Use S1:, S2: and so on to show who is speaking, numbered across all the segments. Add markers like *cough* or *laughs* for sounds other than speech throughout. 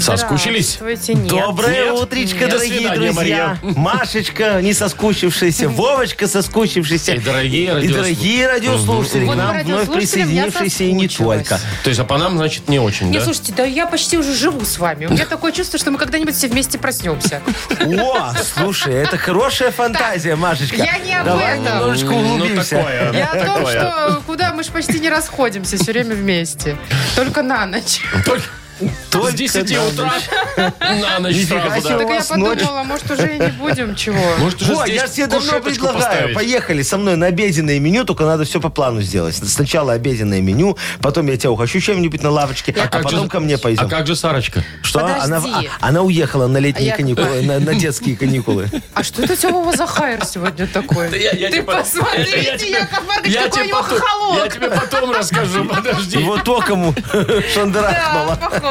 S1: Соскучились?
S2: Здравствуйте, нет.
S3: Доброе
S1: Нет.
S3: утречко,
S1: До
S3: дорогие
S1: свидания,
S3: друзья. Машечка, не соскучившаяся, Вовочка, соскучившийся.
S1: И дорогие
S3: И
S1: радиослу-
S3: дорогие радиослушатели,
S2: Вот
S3: к нам
S2: по
S3: вновь
S2: радиослушателям я
S3: присоединившиеся и не
S2: соскучилась.
S3: только.
S1: То есть, а по нам, значит, не очень,
S2: Не,
S1: да?
S2: слушайте, да я почти уже живу с вами. У меня такое чувство, что мы когда-нибудь все вместе проснемся.
S3: О, слушай, это хорошая фантазия, Машечка.
S2: я не об
S3: Давай
S2: этом.
S3: немножечко углубимся.
S1: Ну, такое.
S2: Я о том,
S1: такое.
S2: что куда мы ж почти не расходимся все время вместе. Только на ночь.
S1: Только
S3: Только
S1: с 10
S3: на
S1: утра на ночь
S3: Нифига
S1: сразу, да.
S3: себе.
S2: Так я
S3: вас ночь.
S2: подумала, может, уже и не будем чего.
S1: Может, уже
S3: О,
S1: здесь
S3: я же тебе давно
S1: кушеточку
S3: предлагаю.
S1: поставить?
S3: Поехали со мной на обеденное меню, только надо все по плану сделать. Сначала обеденное меню, потом я тебя ухожу чем-нибудь на лавочке, а,
S1: как же-
S3: потом ко мне пойдем.
S1: А как же Сарочка?
S3: Что?
S2: Подожди.
S3: Она, а- она уехала на летние
S2: Я-
S3: каникулы, на, на
S1: *laughs*
S3: детские каникулы.
S2: А что это Тёма за хайр сегодня такой?
S1: я- я
S2: Ты
S1: тебе по- я
S2: посмотрите,
S1: тебе-
S2: Яков Маркович, какой у него
S1: потом, я
S2: хохолок.
S1: тебе потом
S2: *laughs*
S1: расскажу, подожди.
S3: Вот то, *laughs* кому
S2: Да,
S3: шандарахнула.
S2: походу.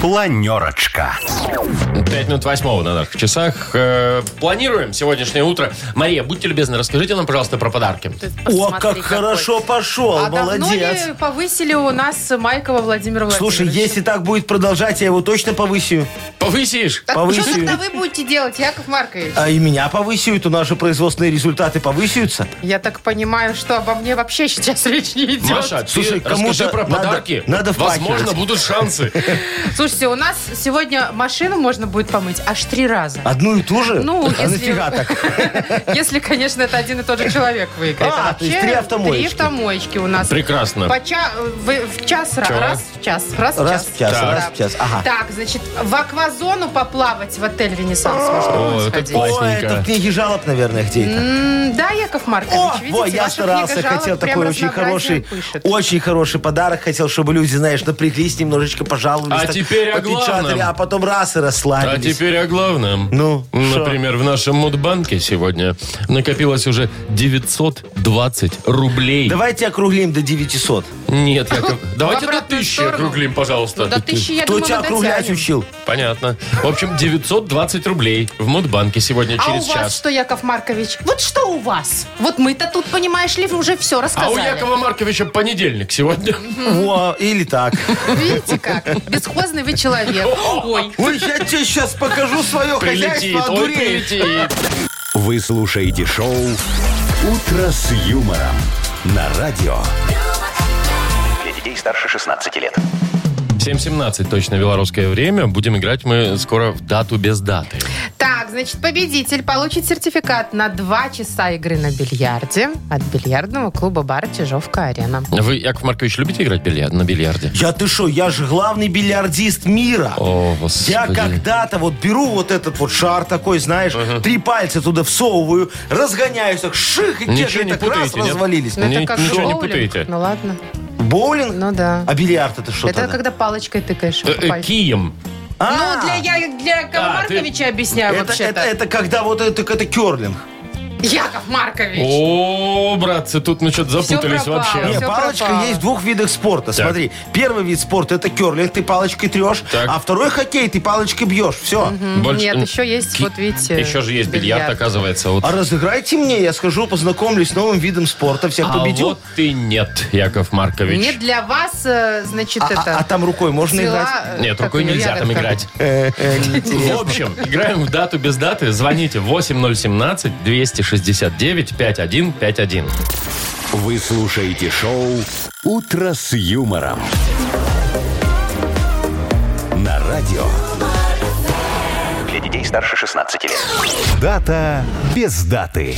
S4: Планерочка.
S1: Пять минут восьмого на наших часах. Э, Планируем сегодняшнее утро. Мария, будьте любезны, расскажите нам, пожалуйста, про подарки.
S3: О,
S2: Посмотри,
S3: как
S2: какой.
S3: хорошо пошел,
S2: А давно
S3: молодец.
S2: ли повысили у нас Майкова Владимира Владимировича?
S3: Слушай, если так будет продолжать, я его точно повысию.
S1: Повысишь?
S2: Так что тогда
S3: Повысию.
S2: вы будете делать, Яков Маркович?
S3: А и меня повысят, у наши производственные результаты повысятся.
S2: Я так понимаю, что обо мне вообще сейчас *laughs* речь не идет.
S1: Маша,
S3: Слушай,
S1: ты расскажи
S3: кому-то
S1: про
S3: надо-
S1: подарки.
S3: надо
S1: Возможно,
S3: впахивать.
S1: будут
S3: *laughs*
S1: шансы.
S2: Слушайте, у нас сегодня машину можно будет помыть аж три раза.
S3: Одну и ту же?
S2: Ну,
S3: а
S2: если-
S3: нафига
S2: *laughs*
S3: так?
S2: Если, конечно, это один и тот же человек выиграет.
S3: А, то есть
S2: вообще
S3: три автомоечки.
S2: Три автомоечки у нас.
S1: Прекрасно.
S2: По ча- в, в час, ра-
S1: Чего?
S2: раз в час, раз в
S3: Раз
S2: час.
S3: в час,
S2: Да.
S3: раз в час. Ага.
S2: Так, значит, в аквазону поплавать в отель «Ренессанс» можно
S1: О,
S2: будет
S1: это
S2: сходить.
S1: класс.
S3: О,
S1: Классненько.
S3: это книги жалоб, наверное, где-то.
S2: М, Да, Яков Маркович,
S3: О,
S2: видите,
S3: во, я
S2: ваша
S3: старался,
S2: книга жалоб
S3: хотел
S2: прям
S3: такой очень
S2: разнообразием
S3: хороший,
S2: пышет.
S3: очень хороший подарок, хотел, чтобы люди, знаешь, напряглись немножечко, пожаловались,
S1: А
S3: так
S1: теперь о
S3: попечатали,
S1: главном.
S3: а потом раз и
S1: А
S3: расслабились.
S1: теперь о главном.
S3: Ну,
S1: Например, в нашем Мудбанке сегодня накопилось уже 920 рублей.
S3: Давайте округлим до 900.
S1: Нет, Яков, давайте до
S2: обратную
S1: тысячи
S2: сторону.
S1: округлим, пожалуйста.
S2: Ну, до тысячи, я
S3: Кто
S2: думаю,
S3: тебя
S2: мы
S3: округлять
S2: дотянем.
S3: учил?
S1: Понятно. В общем, 920 рублей в Мудбанке сегодня
S2: А у
S1: через
S2: вас
S1: час.
S2: что, Яков Маркович? Вот что у вас? Вот мы-то тут, понимаешь ли, уже все
S1: А
S2: рассказали.
S1: у Якова Марковича понедельник сегодня.
S3: Во, или так.
S2: *laughs* Видите как? Бесхозный вы человек. Ой.
S3: Ой, я тебе сейчас покажу
S1: *laughs*
S3: свое
S1: Прилетит,
S3: хозяйство,
S1: ой,
S3: одуреешь.
S1: прилетит.
S4: Вы слушаете шоу «Утро с юмором» на радио. Для детей старше 16 лет.
S1: 7.17 точно белорусское время. Будем играть мы скоро в дату без даты.
S2: Так, значит, победитель получит сертификат на два часа игры на бильярде от бильярдного клуба бара «Чижовка-арена».
S1: Вы, Яков Маркович, любите играть в бильярд- на бильярде?
S3: Я ты шо, я же главный бильярдист мира.
S1: О, господи.
S3: Я когда-то вот беру вот этот вот шар такой, знаешь, три пальца туда всовываю, разгоняюсь, так ших, и те
S1: Ничего
S3: же
S1: не
S3: так раз
S1: путаете, нет?
S3: развалились.
S1: Ну, Ни- ничего не
S2: боулинг.
S1: путаете.
S2: Ну ладно,
S3: Боулинг?
S2: ну да.
S3: А бильярд это что
S2: Это
S3: тогда?
S2: когда палочкой тыкаешь.
S1: Э,
S2: по
S1: э,
S2: пальцу.
S1: Кием.
S3: А,
S2: Ну, для, я, для Якова
S1: А, ты-
S2: Марковича объясняю
S3: это,
S2: вообще-то.
S3: это- это когда вот это, это керлинг.
S2: Яков Маркович!
S1: О, братцы, тут мы что-то запутались
S2: пропало.
S1: вообще.
S3: Не,
S2: Всё
S3: палочка
S2: пропало.
S3: есть в двух видах спорта. Смотри, первый вид спорта это керлинг, ты палочкой трешь,
S1: Так.
S3: а второй хоккей, ты палочкой бьешь. Все.
S1: Больше-
S2: Нет, еще есть,
S1: Ки-
S2: вот видите,
S1: Еще же есть бильярд,
S2: бильярд.
S1: оказывается. Вот.
S3: А разыграйте мне, я схожу, познакомлюсь с новым видом спорта, всех
S1: А
S3: победил.
S1: вот ты нет, Яков Маркович.
S2: Не для вас, э, значит,
S3: А,
S2: это...
S3: а там рукой можно
S2: взяла,
S3: играть?
S2: э,
S1: Нет,
S2: как
S1: рукой
S2: ее,
S1: нельзя там играть.
S2: ягодка.
S1: *laughs* В общем, играем в дату без даты. Звоните 8017-269-5151.
S4: Вы слушаете шоу «Утро с юмором» на радио. Для детей старше 16 лет. Дата без даты.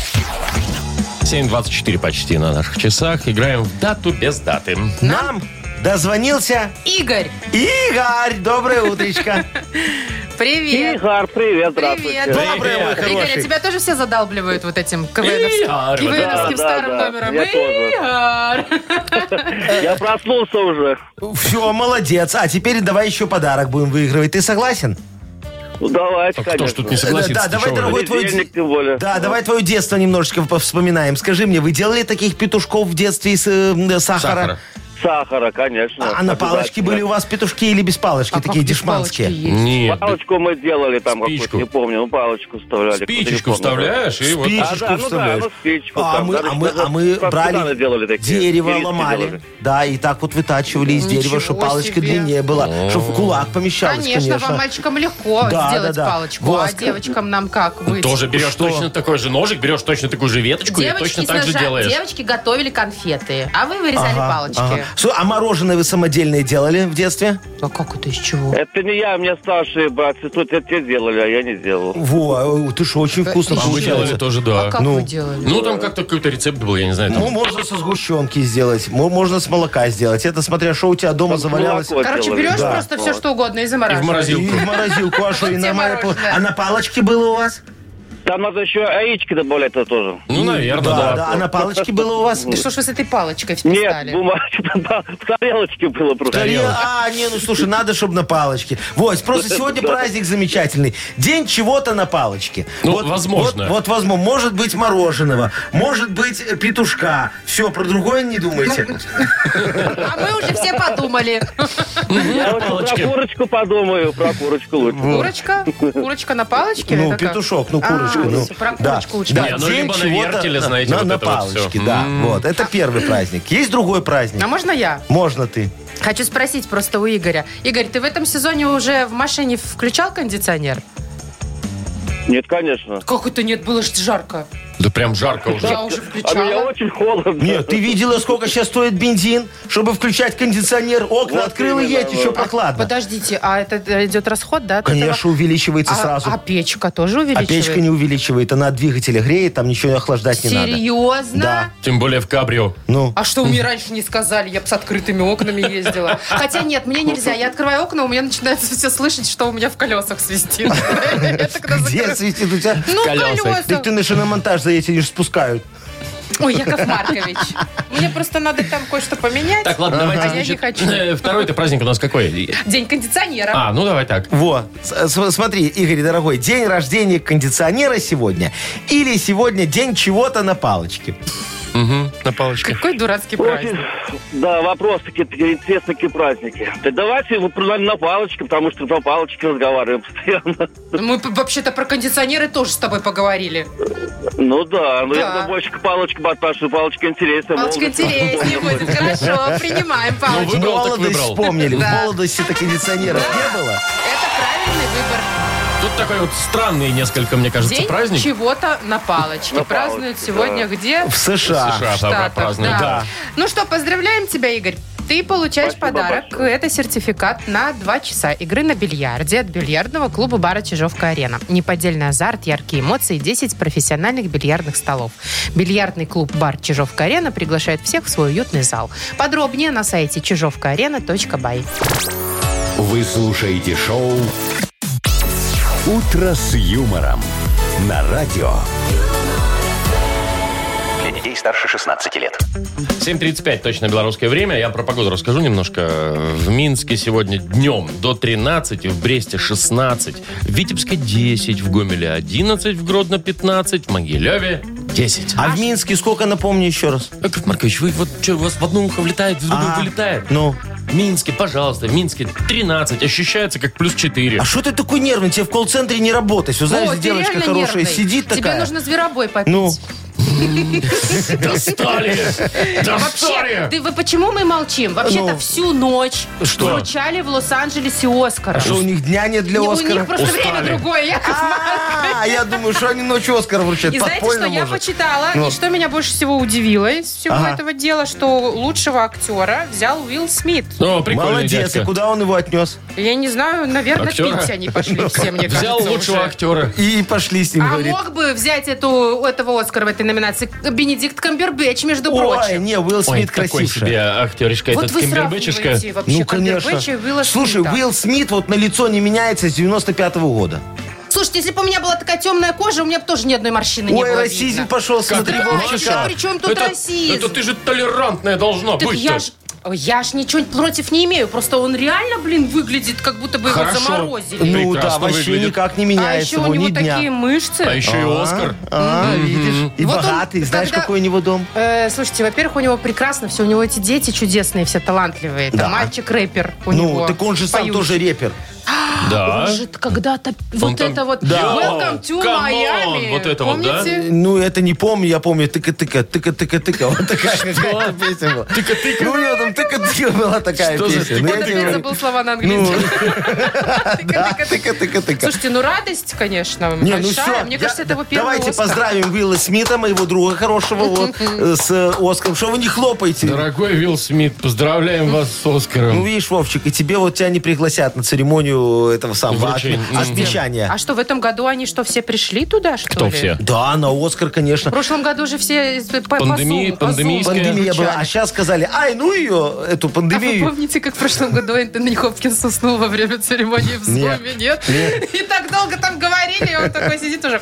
S1: 7.24 почти на наших часах. Играем в дату без даты.
S3: Нам дозвонился
S2: Игорь,
S3: Игорь. Доброе утречко.
S2: Привет.
S5: Игорь, привет, здравствуйте.
S2: Привет.
S3: Доброе, мой
S2: Игорь, а
S3: хороший.
S2: тебя тоже все задалбливают вот этим
S1: Игорь,
S2: КВНовским КВНовским
S5: да, да,
S2: старым
S5: да,
S2: номером.
S5: я
S2: Игорь.
S5: Я проснулся уже.
S3: Все, молодец. А теперь давай еще подарок будем выигрывать. Ты согласен?
S5: Ну, давайте,
S1: А кто ж
S5: конечно.
S1: тут не согласится?
S3: Да,
S1: Ты
S3: давай,
S1: чего вы?
S3: дорогой, твой...
S5: Понедельник, тем более.
S3: Да, давай твое детство немножечко вспоминаем. Скажи мне, вы делали таких петушков в детстве из э, м, сахара?
S1: Сахара.
S5: Сахара, конечно.
S3: А на палочке были у вас петушки или без палочки,
S2: А
S3: такие
S2: как без
S3: дешманские?
S2: палочки есть?
S1: Нет. да
S5: Палочку мы делали там
S1: Спичку.
S5: какую-то, не помню, ну палочку вставляли.
S1: Спичечку вставляешь и вот...
S3: Спичечку
S5: А, да, ну да,
S3: вставляешь.
S5: ну, спичку
S3: а,
S5: там,
S3: мы,
S5: да,
S3: а, мы,
S5: даже
S3: а мы
S5: как
S3: брали
S5: специально делали такие,
S3: дерево,
S5: перечки
S3: ломали.
S5: делали.
S3: Да, и так вот вытачивали из
S2: Ничего
S3: дерева, чтобы палочка
S2: себе.
S3: длиннее была, чтобы в кулак помещалась,
S2: Конечно,
S3: конечно.
S2: вам, мальчикам, легко
S3: Да,
S2: сделать
S3: да, да.
S2: палочку,
S3: Воска.
S2: а девочкам нам как быть?
S1: Ну, Тоже берешь
S3: Что?
S1: точно такой же ножик, берешь точно такую же веточку и
S2: Девочки,
S1: точно
S2: с
S1: так же
S2: ножа-
S1: делаешь.
S2: девочки готовили конфеты, а вы вырезали
S3: Ага,
S2: палочки.
S3: ага. Слушай, А мороженое вы самодельное делали в детстве?
S2: А как это, из чего?
S5: Это не я, мне старшие братцы тут это те делали, а я не делал.
S3: Во, э, ты что, очень вкусно
S2: А
S1: А мы делали
S3: получается.
S1: тоже,
S2: А
S1: да.
S2: как
S3: ну.
S2: вы делали?
S1: Ну, там как-то какой-то рецепт был, я не знаю.
S3: Ну,
S1: там.
S3: можно со сгущенки сделать, мо- можно с молока сделать. Это смотря, что у тебя дома
S5: Там
S3: завалялось.
S5: молоко
S2: Короче,
S5: делали,
S2: берешь
S5: да.
S2: просто все, что угодно и замораживаешь.
S1: И в
S3: И
S1: морозилку.
S3: в морозилку, а что, и
S2: Где
S3: на мае пол-
S2: мороженое?
S3: А на палочке было у вас?
S5: Там надо еще яички добавлять это тоже.
S1: Ну, наверное,
S3: да.
S1: да.
S3: а на палочке было у вас?
S5: Ну,
S2: Да что ж вы с этой палочкой вписали?
S5: Нет, бумажки, *laughs* да, в тарелочке было просто.
S3: Тарел- А, не, ну слушай, надо, чтобы на палочке. Вот, просто сегодня праздник замечательный. День чего-то на палочке.
S1: Ну, возможно.
S3: Вот, вот возможно. Может быть, мороженого, может быть, э, петушка. Все, про другое не думайте.
S2: Ну, А мы уже все
S5: *laughs*
S2: подумали.
S5: Я вот
S1: палочки.
S5: про курочку подумаю, про курочку лучше.
S2: Курочка? Курочка на палочке?
S3: Ну,
S2: Это как?
S3: петушок, ну, курочка.
S2: А,
S3: ну,
S2: про
S3: да.
S2: курочку лучше.
S3: Да,
S1: Не, ну,
S3: день
S1: либо на
S3: чего-то
S1: вертеле,
S3: на-
S1: знаете,
S3: на-
S1: вот
S3: на
S1: это вот
S3: палочке,
S1: всё.
S3: да. Вот, это первый праздник. Есть другой праздник?
S2: А можно я?
S3: Можно ты.
S2: Хочу спросить просто у Игоря. Игорь, ты в этом сезоне уже в машине включал кондиционер?
S5: Нет, конечно.
S2: Как это нет, было ж жарко.
S1: Да прям жарко уже.
S2: Я уже
S5: А меня
S2: включала.
S5: очень холодно.
S3: Нет, ты видела, сколько сейчас стоит бензин, чтобы включать кондиционер, окна
S5: Вот
S3: открыл и
S5: именно,
S3: едь, еще
S5: вот.
S3: прохладно.
S2: Подождите, а это э, идет расход, да? от этого?
S3: Конечно, увеличивается
S2: А,
S3: сразу.
S2: а печка тоже
S3: А
S2: увеличивает?
S3: печка не увеличивает, она двигателя греет, там ничего охлаждать не надо.
S2: Серьезно?
S3: Да.
S1: Тем более в кабрио.
S3: Ну,
S2: А что вы
S3: *laughs*
S2: мне раньше не сказали? Я бы с открытыми окнами ездила. Хотя нет, мне нельзя. Я открываю окна, у меня начинается все слышать, что у меня в колесах свистит. *laughs* Я тогда
S3: где
S2: закрываю.
S3: светит у тебя?
S2: Ну,
S1: колесах?
S3: Так
S2: колеса.
S3: ты на шиномонтаж заедешь, они же спускают.
S2: Ой, Яков Маркович. Мне просто надо там кое-что поменять.
S1: Так, ладно,
S2: а
S1: давайте,
S2: я не
S1: значит,
S2: хочу.
S1: э, второй-то праздник у нас какой?
S2: День кондиционера.
S1: А, ну давай так.
S3: Во, с- с- смотри, Игорь, дорогой, день рождения кондиционера сегодня или сегодня день чего-то на палочке?
S1: Мгм, на палочке.
S2: Какой дурацкий
S5: Очень,
S2: праздник.
S5: да, вопрос такие интересные такие праздники. Да давайте вы на палочке, потому что на палочке разговариваем постоянно. *laughs*
S2: Мы п- вообще-то про кондиционеры тоже с тобой поговорили.
S5: Ну да, но
S2: Да.
S5: я бы больше к палочке бы отношу, палочка интересная.
S2: Палочка
S5: молодость.
S2: интереснее
S5: *laughs* Ну,
S2: будет. Хорошо, принимаем
S1: Ну,
S2: палочку.
S1: Выбрал, так
S3: Молодость
S1: выбрал.
S3: вспомнили, в
S2: Да.
S3: молодости-то кондиционеров не было.
S2: Это правильный выбор.
S1: Тут такой вот странный несколько, мне кажется,
S2: День
S1: праздник.
S2: чего-то на палочке.
S5: На
S2: Празднуют
S5: палочке,
S2: сегодня где?
S3: В США.
S1: США.
S2: Штатах,
S1: празднуют,
S3: да.
S2: Ну что, поздравляем тебя, Игорь. Ты получаешь
S5: Спасибо
S2: подарок.
S5: большое.
S2: Это сертификат на 2 часа игры на бильярде от бильярдного клуба бара «Чижовка-арена». Неподдельный азарт, яркие эмоции, 10 профессиональных бильярдных столов. Бильярдный клуб «Бар Чижовка-арена» приглашает всех в свой уютный зал. Подробнее на сайте чижовкаарена.бай.
S4: Вы слушаете шоу «Утро с юмором» на радио.
S6: Для детей старше 16 лет.
S1: 7.35 точно белорусское время. Я про погоду расскажу немножко. В Минске сегодня днем до 13, в Бресте 16, в Витебске 10, в Гомеле 11, в Гродно 15, в Могилеве 10.
S3: А в Минске сколько, напомни еще раз?
S1: Яков Маркович, вы вот что, у вас в одно ухо влетает, в другое
S3: А,
S1: вылетает.
S3: Ну,
S1: В Минске, пожалуйста, в Минске 13, ощущается как плюс 4.
S3: а что ты такой нервный? Тебе в колл-центре не работать. Все, знаешь,
S2: О, ты
S3: девочка
S2: реально
S3: хорошая
S2: нервный.
S3: сидит такая.
S2: Тебе нужно зверобой попить.
S3: Ну.
S1: Достали!
S2: Вообще,
S1: Достали!
S2: ты, вы почему мы молчим? Вообще-то
S3: Ну.
S2: всю ночь
S1: Что?
S2: вручали в Лос-Анджелесе Оскара.
S3: Что, у них дня нет для
S2: Не, У
S3: Оскара?
S2: них просто время
S1: Устали.
S2: другое, Яков
S3: А, я думаю, что они ночью Оскар вручают.
S2: И знаете, что
S3: Подпольно
S2: я
S3: может.
S2: почитала,
S3: Ну.
S2: и что меня больше всего удивило из всего
S3: Ага.
S2: этого дела, что лучшего актера взял Уилл Смит.
S3: Ну.
S1: О, Ну, прикольный
S3: Молодец,
S1: дядька.
S3: и куда он его отнес?
S2: Я не знаю, наверное,
S1: Актера?
S2: пить они
S3: Ну,
S2: пошли все, мне
S1: Взял
S2: кажется,
S1: лучшего
S2: уже.
S1: актера.
S3: И пошли с ним,
S2: А
S3: говорит.
S2: мог бы взять эту, этого Оскара в этой номинации Бенедикт Камбербэтч, между
S3: Ой, ну,
S2: прочим.
S3: не, Уилл
S1: Ой,
S3: Смит
S1: такой себе
S3: красивший.
S1: актеришка
S2: Вот
S1: этот
S2: вы
S1: Кимбербэтчишка.
S2: сравниваете вообще Камбербэтча и Уилла
S3: Ну, Слушай,
S2: Смита.
S3: Уилл Смит вот на лицо не меняется с 95-го года.
S2: Слушайте, если бы у меня была такая темная кожа, у меня бы тоже ни одной морщины не
S3: Ой,
S2: было
S3: расизм
S2: видно.
S3: пошел, смотри,
S2: Здравствуй,
S3: Вовчика.
S2: при чем тут
S1: Ну, это,
S2: расизм?
S1: это ты же толерантная должна
S2: Так
S1: быть.
S2: я ж, ой, я ж ничего против не имею. Просто он реально, блин, выглядит, как будто бы его
S1: Хорошо.
S2: заморозили.
S3: Ну
S1: Прекрасно
S3: да, вообще
S1: выглядит.
S3: никак не
S2: а
S3: меняется
S2: еще у
S3: его
S2: него
S3: ни дня.
S2: такие мышцы.
S1: А еще и Оскар.
S3: А, видишь? И
S2: Вот он
S3: богатый. Знаешь,
S2: тогда-
S3: какой у него дом?
S2: Э, слушайте, во-первых, у него прекрасно все. У него эти дети чудесные, все талантливые. Там
S3: Да.
S2: мальчик-рэпер у
S3: ну,
S2: него.
S3: так он же сам
S2: поющий.
S3: тоже репер.
S1: Да.
S3: А,
S2: Он же когда-то... вот
S1: там-
S2: это вот...
S1: Да.
S2: Welcome to
S1: Come on,
S2: Miami.
S1: вот это вот, да?
S2: Помните?
S3: Ну, это не помню, я помню тыка-тыка, тыка-тыка-тыка. Вот такая какая-то песня была. Тыка-тыка? Ну, у него там тыка-тыка была такая
S1: Что за
S3: песня. Ну, я
S2: Вот
S3: тебе
S2: опять
S3: говорю,
S2: забыл слова
S3: Ну,
S2: на английском.
S3: да,
S2: Тыка-тыка-тыка.
S3: Тыка-тыка-тыка.
S2: Слушайте, ну радость, конечно,
S3: Не, ну
S2: большая.
S3: все.
S2: Мне кажется, это его первый
S3: Давайте
S2: Оскар.
S3: поздравим Уилла Смита, моего друга хорошего, вот, э, с э, Оскаром. Что вы не хлопаете?
S1: Дорогой Вилл Смит, поздравляем вас с
S3: Ну,
S1: Оскаром.
S3: видишь, Вовчик, и тебе вот тебя не пригласят на церемонию этого самого
S1: Вручение.
S3: отме- отмечания.
S2: А что, в этом году они что, все пришли туда, что
S1: Кто
S2: ли?
S1: все?
S3: Да, на Оскар, конечно.
S2: В прошлом году же все по, по
S1: Пандемии-
S2: Zoom, по Zoom.
S1: пандемийская.
S3: Пандемия была. А сейчас сказали, ай, ну ее, эту
S2: А вы
S3: пандемию.
S2: помните, как в прошлом году Энтони Хопкинс уснул во время церемонии в
S3: Нет.
S2: Зуме, нет? И так долго там говорили, и он такой сидит уже.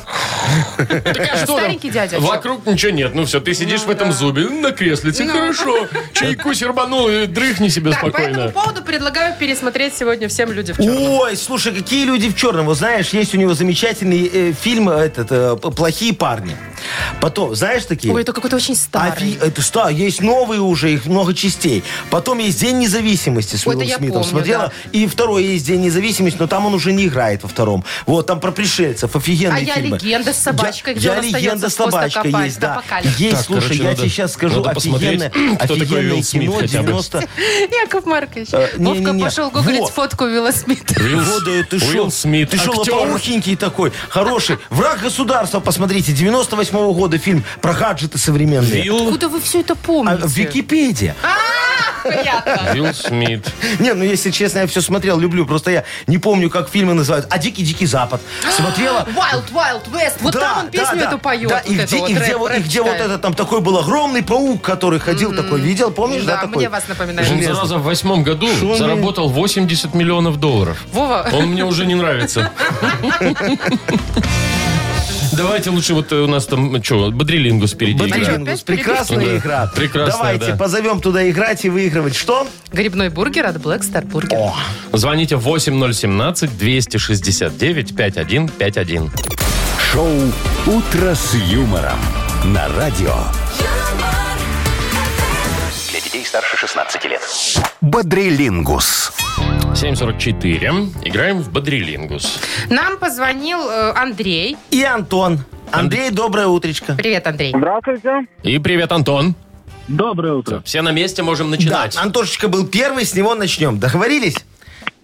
S1: Так а что там?
S2: Старенький дядя.
S1: Вокруг ничего нет. Ну все, ты сидишь в этом зубе на креслице. Хорошо. Чайку сербанул и дрыхни себе
S2: Ну. Так, по этому
S1: спокойно.
S2: поводу предлагаю пересмотреть сегодня всем люди в черном.
S3: Ой, слушай, какие люди в черном. Вот знаешь, есть у него замечательный э, фильм этот э, «Плохие парни». Потом, знаешь такие?
S2: Ой, это какой-то очень
S3: Офи-
S2: старый.
S3: это что, есть новые уже, их много частей. Потом есть День независимости с
S2: Ой, это
S3: Уиллом
S2: я
S3: Смитом.
S2: помню,
S3: Смотрела. И второй есть День независимости, но там он уже не играет во втором. Вот, там про пришельцев,
S2: А
S3: офигенные
S2: я
S3: фильмы.
S2: легенда с собакой, где
S3: я
S2: он остается
S3: легенда
S2: в пост
S3: собачка
S2: окопать
S3: есть,
S2: до
S3: да.
S2: апокалипсиса.
S3: Есть,
S1: Так,
S3: слушай,
S1: короче,
S3: я
S1: надо-
S3: тебе сейчас скажу
S1: надо посмотреть,
S3: офигенное,
S1: кто такой
S3: офигенное
S1: Уилл Смит
S3: кино
S1: хотя бы.
S3: 90...
S2: Яков Маркович.
S3: Э, не,
S2: Вовка
S3: не, не.
S2: пошел гуглить
S3: Во.
S2: фотку Вилла Смита.
S1: Уилл-
S3: Вот, да, ты шо?
S1: Уилл Смит,
S3: Ты шо,
S1: актер.
S3: лопоухенький такой, хороший. Враг государства, посмотрите, 98 года фильм про гаджеты современные.
S1: Вилл
S2: Откуда вы все это
S3: А,
S2: помните?
S3: Википедия.
S2: Понятно.
S1: Вилл Смит.
S3: Не, ну если честно, я все смотрел, люблю. Просто я не помню, как фильмы называют. А «Дикий-дикий Запад». Смотрела?
S2: Wild Wild West. *gasps* Вот
S3: Да,
S2: там он
S3: да,
S2: песню
S3: да.
S2: эту поет.
S3: Да, и
S2: вот
S3: где,
S2: эту
S3: и
S2: вот,
S3: где,
S2: рэп,
S3: вот, и
S2: рэп
S3: где вот
S2: читает.
S3: это там такой был огромный паук, который ходил такой, видел, помнишь, да,
S2: Да,
S3: такой?
S2: мне вас напоминает.
S1: Он,
S3: Железный.
S1: зараза, в восьмом году
S3: Шумный.
S1: заработал 80 миллионов долларов.
S2: Вова,
S1: Он мне уже не нравится. Давайте лучше, вот э, у нас там, что, бодрилингус впереди. игра.
S3: Бодрилингус,
S2: А опять
S3: прекрасная
S1: перебивка?
S3: игра.
S1: Да, прекрасная,
S3: Давайте
S1: да.
S3: позовем туда играть и выигрывать. Что?
S2: грибной бургер от Black Star Burger.
S1: Звоните 8017-269-5151.
S4: Шоу «Утро с юмором» на радио.
S6: Для детей старше 16 лет.
S4: Бодрилингус.
S1: 7.44. Играем в бодрилингус.
S2: Нам позвонил э, Андрей.
S3: И Антон. Андрей, доброе утречко.
S2: Привет, Андрей.
S5: Здравствуйте.
S1: И привет, Антон.
S5: Доброе утро.
S1: Все на месте, можем
S3: Да,
S1: начинать.
S3: Антошечка был первый, с него начнем. Договорились?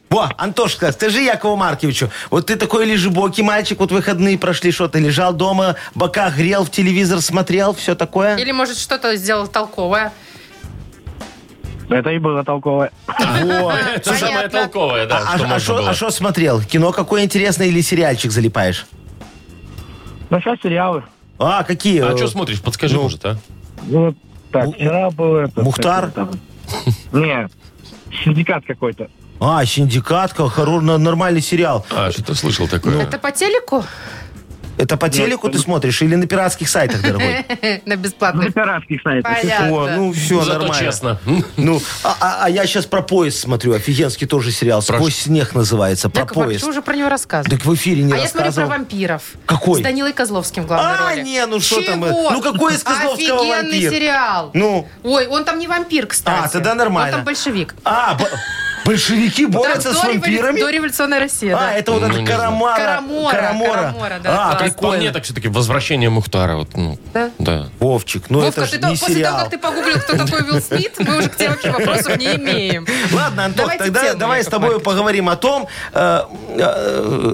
S3: Во, Антошка, скажи Якову Марковичу, вот ты такой лежебокий мальчик, вот выходные прошли, что ты лежал дома, бока грел, в телевизор смотрел, все такое?
S2: Или, может, что-то сделал толковое.
S5: Это и было толковое.
S3: Вот.
S1: Это самое
S2: Понятно.
S1: толковое, да,
S3: А
S1: что
S3: а
S1: можно
S3: шо-
S1: было.
S3: а что смотрел? Кино какое интересное или сериальчик залипаешь?
S5: Ну, сейчас сериалы.
S3: А, какие?
S1: А что смотришь? Подскажи, может, а?
S5: Ну, вот так, вчера был это...
S3: Мухтар?
S5: как это там? Не, синдикат какой-то.
S3: А, «Синдикат», как хоро- на- нормальный сериал.
S1: А, что-то слышал
S3: Ну,
S1: такое.
S2: Это по телеку? *laughs*
S3: Это по телеку ты смотришь или на пиратских
S2: *laughs*
S3: сайтах, дорогой?
S2: На бесплатный.
S5: На
S3: ну,
S5: пиратских сайтах.
S3: О,
S2: Понятно.
S3: ну все,
S1: Зато
S3: нормально.
S1: честно.
S3: Ну, а, а- а я сейчас про поезд смотрю. Офигенский тоже сериал. «Сквозь снег» называется. Про
S2: Яков Маркович,
S3: поезд.
S2: вы уже про него рассказывали.
S3: Так в эфире не
S2: А я смотрю про
S3: рассказывал.
S2: вампиров.
S3: Какой?
S2: С Данилой Козловским в главной
S3: А,
S2: роли.
S3: не, ну что там, э,
S2: Чего?
S3: ну какой из Козловского
S2: Офигенный
S3: вампир?
S2: сериал.
S3: Ну.
S2: Ой, он там не вампир, кстати.
S3: А, тогда нормально.
S2: Он там большевик.
S3: А, бо- большевики борются
S2: Там
S3: с
S2: до револю- До
S3: вампирами?
S2: революционной России,
S3: А,
S2: да.
S3: это вот
S1: Ну,
S3: это
S1: не знаю.
S3: Карамара.
S2: Карамора, Карамора, да,
S3: А,
S1: По
S2: класс.
S1: мне
S3: прикольно.
S1: так все-таки возвращение Мухтара. Вот, ну,
S2: Да?
S1: да.
S3: Вовчик, ну
S2: Вовка,
S3: это
S2: ты
S3: же
S2: то-
S3: не
S2: после того,
S3: сериал.
S2: как ты погуглил, кто такой Уилл Смит, мы уже к тебе вообще вопросов не имеем.
S3: Ладно, Антон,
S2: Давайте
S3: тогда
S2: тему,
S3: давай с
S2: Яков
S3: тобой
S2: Маркович.
S3: поговорим о том, э, э,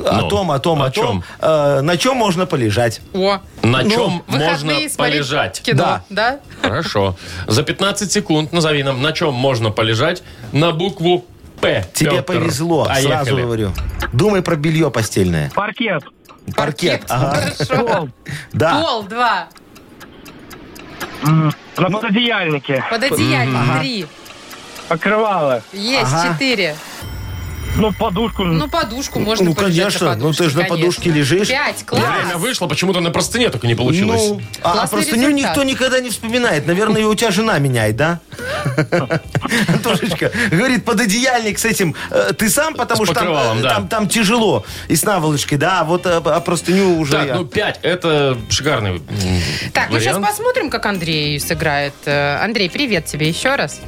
S3: о
S1: Ну,
S3: том, о том,
S1: о
S3: о том,
S1: чем?
S3: э, на чем можно полежать.
S2: О,
S1: На
S3: Ну,
S1: чем можно
S2: выходные смотреть
S1: полежать?
S2: кино, да?
S1: Хорошо. За 15 секунд назови нам, на чем можно полежать на букву П. Петр,
S3: Тебе повезло, сразу
S1: поехали.
S3: говорю. Думай про белье постельное.
S5: Паркет.
S3: Паркет. Ага.
S2: Хорошо.
S3: Да.
S2: Пол, два.
S7: На пододеяльнике.
S2: Пододеяльник три.
S7: Покрывало.
S2: Есть
S3: Ага.
S2: четыре.
S7: Ну, подушку.
S2: Ну, подушку можно
S3: ну,
S2: полежать
S3: конечно.
S2: на
S3: Ну, ты ж на
S2: конечно.
S3: подушке лежишь.
S2: Пять,
S1: Время
S2: класс.
S1: вышло, почему-то на простыне только не получилось.
S3: Ну, а, а
S2: Классный
S3: просто ну,
S2: результат.
S3: никто никогда не вспоминает. Наверное, и у тебя жена меняет, да? Антошечка говорит, пододеяльник с этим э, ты сам, потому
S1: С
S3: что там,
S1: покрывалом,
S3: э,
S1: да.
S3: там там тяжело. И с наволочкой, да, а вот э, а простыню уже
S1: так,
S3: я.
S1: ну 5, это шикарный м,
S2: Так, ну сейчас
S1: вариант.
S2: посмотрим, как Андрей сыграет. Э, Андрей, привет тебе еще раз.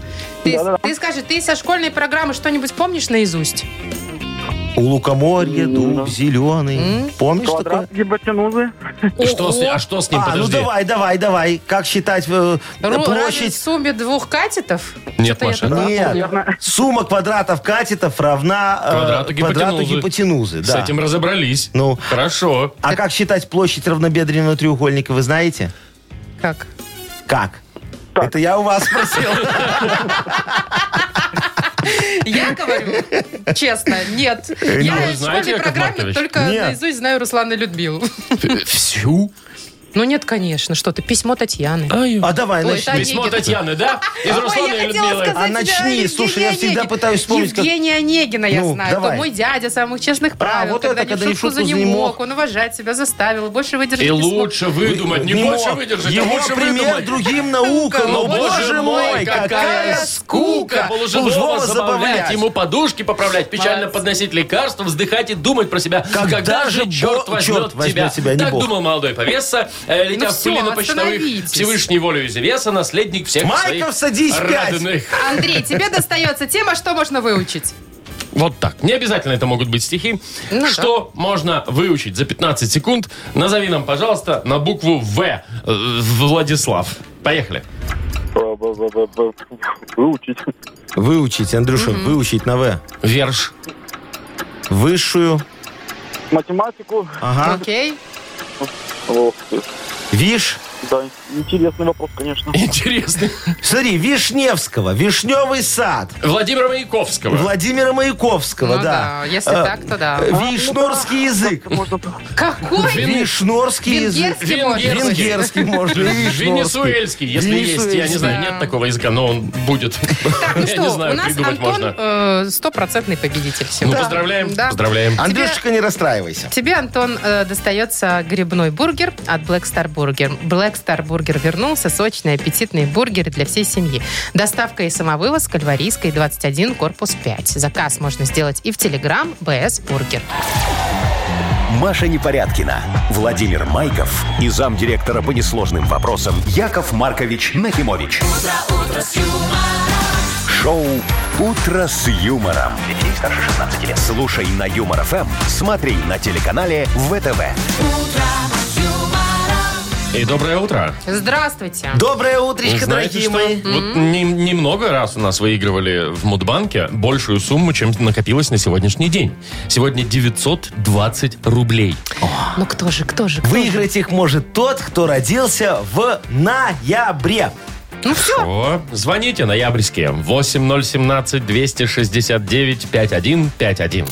S2: Ты, ты скажи, ты со школьной программы что-нибудь помнишь наизусть?
S3: У лукоморья
S1: ну,
S3: дуб зеленый. Помнишь такое?
S7: Квадрат гипотенузы.
S1: И что с, а что с ним,
S3: А, ну
S1: подожди?
S3: давай, давай, давай. Как считать э,
S2: Ру- равен
S3: площадь?
S2: сумме двух катетов?
S1: Нет,
S2: Что-то я
S1: Маша.
S2: тут-
S3: Нет,
S7: наверное.
S3: сумма квадратов катетов равна э,
S1: Квадрату
S3: квадрату
S1: гипотенузы.
S3: гипотенузы.
S1: С
S3: да.
S1: этим разобрались.
S3: Ну.
S1: Хорошо.
S3: А как считать площадь равнобедренного треугольника, вы знаете?
S2: Как?
S3: Как? Это я у вас спросил.
S2: Я говорю, честно, нет.
S3: Ну,
S2: Я
S1: вы знаете,
S2: в школьной
S1: Яков
S2: программе
S1: Маркович?
S2: только
S3: Нет.
S2: наизусть знаю Руслана Людмилу.
S1: Всю.
S2: Ну нет, конечно, что ты, письмо Татьяны.
S3: А давай,
S2: Ой,
S3: начни.
S2: Таня,
S1: Письмо
S2: Онегин.
S1: Татьяны, да? Из
S2: Ой,
S1: Руслана
S2: я
S1: и
S2: хотела
S1: Людмилы.
S2: сказать,
S3: А
S2: да,
S3: начни,
S2: Евгений
S3: слушай, я всегда
S2: Онегин.
S3: пытаюсь вспомнить, как-
S2: Евгения Онегина я
S3: Ну,
S2: знаю.
S3: давай. А,
S2: Это мой дядя самых честных правил.
S3: вот
S2: когда
S3: это, когда
S2: ни
S3: ни
S2: в шутку
S3: в шутку
S2: за не
S3: не мог.
S2: мог. Он уважать себя заставил, больше выдержать
S1: И
S2: не смог.
S1: лучше выдумать, не больше
S3: мог.
S1: выдержать, а
S3: Его
S1: лучше
S3: пример
S1: выдумать.
S3: другим наука.
S1: Ну,
S3: Но, боже мой, какая скука.
S1: Полуживого забавлять, ему подушки поправлять, печально
S2: Молодец.
S1: подносить лекарства, вздыхать и думать про себя.
S3: Когда же
S1: же черт
S3: Бог-
S1: возьмет
S3: черт возьмет
S1: тебя?
S3: тебя, не
S1: так
S3: Бог.
S1: думал молодой повеса, э, летя
S2: Ну
S1: в пыли
S2: всё,
S1: на почтовых,
S2: остановитесь.
S1: Всевышней волею Зевеса, наследник всех
S3: Майков,
S1: своих
S3: садись пять.
S1: родных.
S2: Андрей, тебе достается тема, что можно выучить.
S1: Вот так. Не обязательно это могут быть стихи.
S2: Ну да.
S1: что можно выучить за 15 секунд? Назови нам, пожалуйста, на букву В. э, Владислав. Поехали.
S5: Выучить.
S3: Выучить, Андрюша, выучить на В.
S1: Верш.
S3: Высшую.
S5: Математику.
S3: Ага.
S2: Окей?
S5: Ох,
S3: Виш.
S5: да, интересный вопрос, конечно.
S1: Интересный.
S3: Смотри, Вишневского, Вишневый сад,
S1: Владимира Маяковского.
S3: Владимира Маяковского,
S2: Ну
S3: да.
S2: да, если
S3: Э,
S2: так, то да.
S3: э, Вишнорский язык.
S5: Можно
S2: Какой?
S1: Вин-
S3: Вишнорский язык.
S2: Венгерский можно?
S1: Венгерский.
S3: Венгерский, может, вишнорский.
S1: Венесуэльский, если есть. Я не
S3: Венесуэльский.
S1: знаю,
S2: Да.
S1: нет такого языка, но он будет.
S2: Так, ну
S1: *laughs* Я не
S2: что,
S1: знаю,
S2: у нас
S1: придумать
S2: Антон
S1: можно.
S2: э, стопроцентный победитель всего.
S1: Ну, поздравляем.
S2: Да.
S1: Поздравляем.
S3: Андрюшечка, не расстраивайся.
S2: Тебе, Антон, э, достается грибной бургер от Black Star Burger. Black Star Burger вернулся. Сочный, аппетитный бургер для всей семьи. Доставка и самовывоз Кальварийской, 21, корпус 5. Заказ можно сделать и в Телеграм БС Бургер.
S4: Маша Непорядкина, Владимир Майков и замдиректора по несложным вопросам Яков Маркович Нахимович. Шоу Утро с юмором. Для детей старше 16 лет. Слушай на юмор ФМ, смотри на телеканале ВТВ.
S1: И доброе утро.
S2: Здравствуйте.
S3: Доброе утречко,
S1: Знаете
S3: дорогие
S1: что?
S3: мои.
S1: Вот не- немного раз у нас выигрывали в Мудбанке большую сумму, чем накопилось на сегодняшний день. Сегодня 920 рублей.
S2: Ну кто же, кто же, кто же?
S3: Выиграть их может тот, кто родился в ноябре.
S2: Ну все.
S1: О, звоните ноябрьские 8017 269 5151.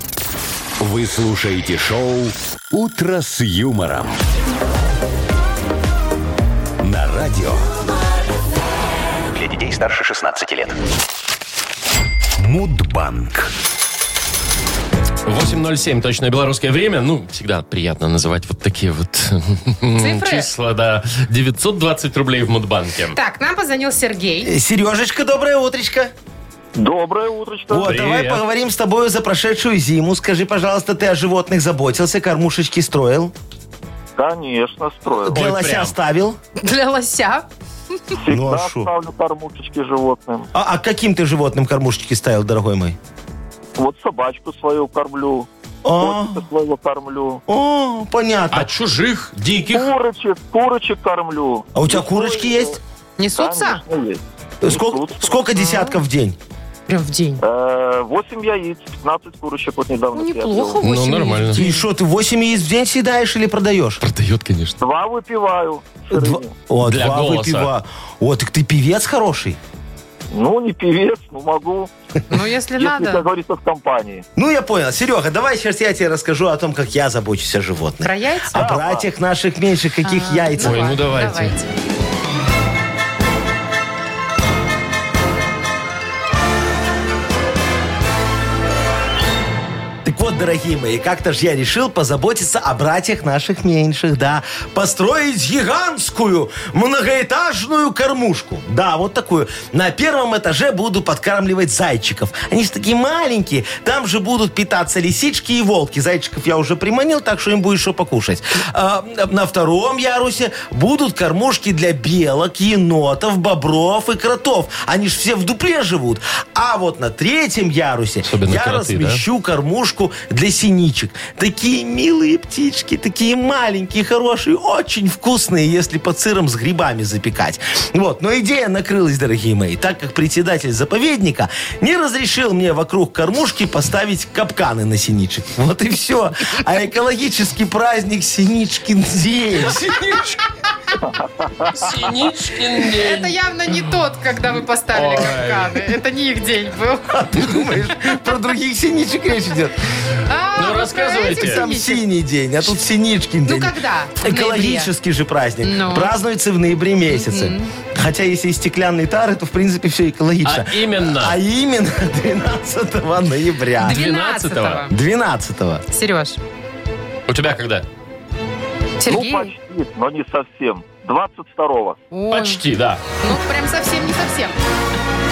S4: Вы слушаете шоу Утро с юмором. На радио
S6: Для детей старше 16 лет.
S4: Мудбанк.
S1: 8.07, точное белорусское время. Ну, всегда приятно называть вот такие вот
S2: Цифры.
S1: числа, да. 920 рублей в Мудбанке.
S2: Так, нам позвонил Сергей.
S3: Э, Сережечка, доброе утречко.
S5: Доброе утрочко.
S3: Вот,
S1: Привет.
S3: давай поговорим с тобой за прошедшую зиму. Скажи, пожалуйста, ты о животных заботился, кормушечки строил,
S5: Конечно, строил.
S3: для
S1: Ой,
S3: лося
S1: прям.
S3: ставил.
S2: Для лося.
S5: Всегда
S3: Ну, а шо?
S5: ставлю кормушечки животным.
S3: А, а каким ты животным кормушечки ставил, дорогой мой?
S5: Вот собачку свою кормлю,
S3: О,
S5: котика своего кормлю,
S3: о, понятно.
S1: А чужих, диких,
S5: курочек, курочек кормлю.
S3: А у
S1: Ну,
S3: тебя курочки есть?
S2: Несутся?
S5: Конечно, есть.
S3: Сколько,
S5: Несутся.
S3: сколько десятков в день?
S2: Прям в день.
S5: Э, 8 яиц, 15 курочек вот недавно.
S2: Ну, неплохо.
S5: приобрел.
S1: ну,
S2: восемь
S1: нормально.
S3: И что, ты 8 яиц в день съедаешь или продаешь?
S1: Продает, конечно.
S5: Два выпиваю. сырыми.
S3: Два- о,
S1: Для
S3: два
S1: голоса.
S3: выпива. О, так ты певец хороший.
S5: Ну, не певец, но могу,
S2: Ну, если
S5: если, как
S2: надо.
S5: говорится, в компании.
S3: Ну, я понял. Серега, давай сейчас я тебе расскажу о том, как я забочусь о животных.
S2: Про яйца?
S1: ну
S3: О братьях наших меньших, каких
S2: А,
S3: яйцах.
S1: Ой, ну давайте.
S3: дорогие мои, как-то ж я решил позаботиться о братьях наших меньших, да. Построить гигантскую многоэтажную кормушку. Да, вот такую. На первом этаже буду подкармливать зайчиков. Они же такие маленькие. Там же будут питаться лисички и волки. Зайчиков я уже приманил, так что им будет что покушать. А, на втором ярусе будут кормушки для белок, енотов, бобров и кротов. Они же все в дупле живут. А вот на третьем ярусе
S1: Особенно
S3: я
S1: кроты, да?
S3: размещу кормушку для синичек. Такие милые птички, такие маленькие, хорошие, очень вкусные, если под сыром с грибами запекать. Вот, но идея накрылась, дорогие мои, так как председатель заповедника не разрешил мне вокруг кормушки поставить капканы на синичек. Вот и все. А экологический праздник Синичкин день.
S1: Синичкин
S2: Это явно не тот, когда вы поставили
S1: Ой.
S2: капканы. Это не их день
S1: *laughs*
S2: был.
S3: Ты думаешь, про других синичек речь идет?
S2: А,
S1: Ну,
S2: вот про
S1: рассказывайте.
S2: этих
S3: Там
S2: синичек.
S3: синий день, а тут Синичкин
S2: Ну
S3: день.
S2: когда? В ноябре.
S3: Экологический же праздник.
S2: Ну.
S3: Празднуется в ноябре месяце. Хотя если из стеклянной тары, то в принципе все экологично.
S1: А именно?
S3: А именно *laughs* 12 ноября.
S2: 12-го.
S3: 12
S2: Сереж,
S1: У тебя когда?
S5: Ну,
S2: Сергей?
S5: почти, но не совсем. 22-го.
S2: Ой,
S1: Почти, да.
S2: Ну, прям совсем не совсем.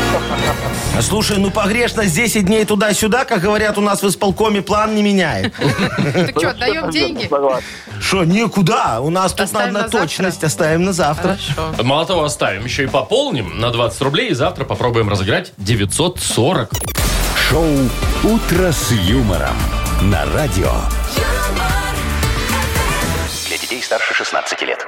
S3: *laughs* Слушай, ну погрешность 10 дней туда-сюда, как говорят у нас в исполкоме, план
S2: *laughs*
S3: не меняет.
S2: Так что, отдаем деньги?
S3: Что, никуда? У нас тут
S2: Оставим
S3: надо
S2: на завтра?
S3: точность, оставим на завтра.
S2: Хорошо.
S1: Мало того, оставим, еще и пополним на 20 рублей, и завтра попробуем разыграть 940.
S4: Шоу «Утро с юмором» на радио.
S8: юмор,
S6: Для детей старше 16 лет.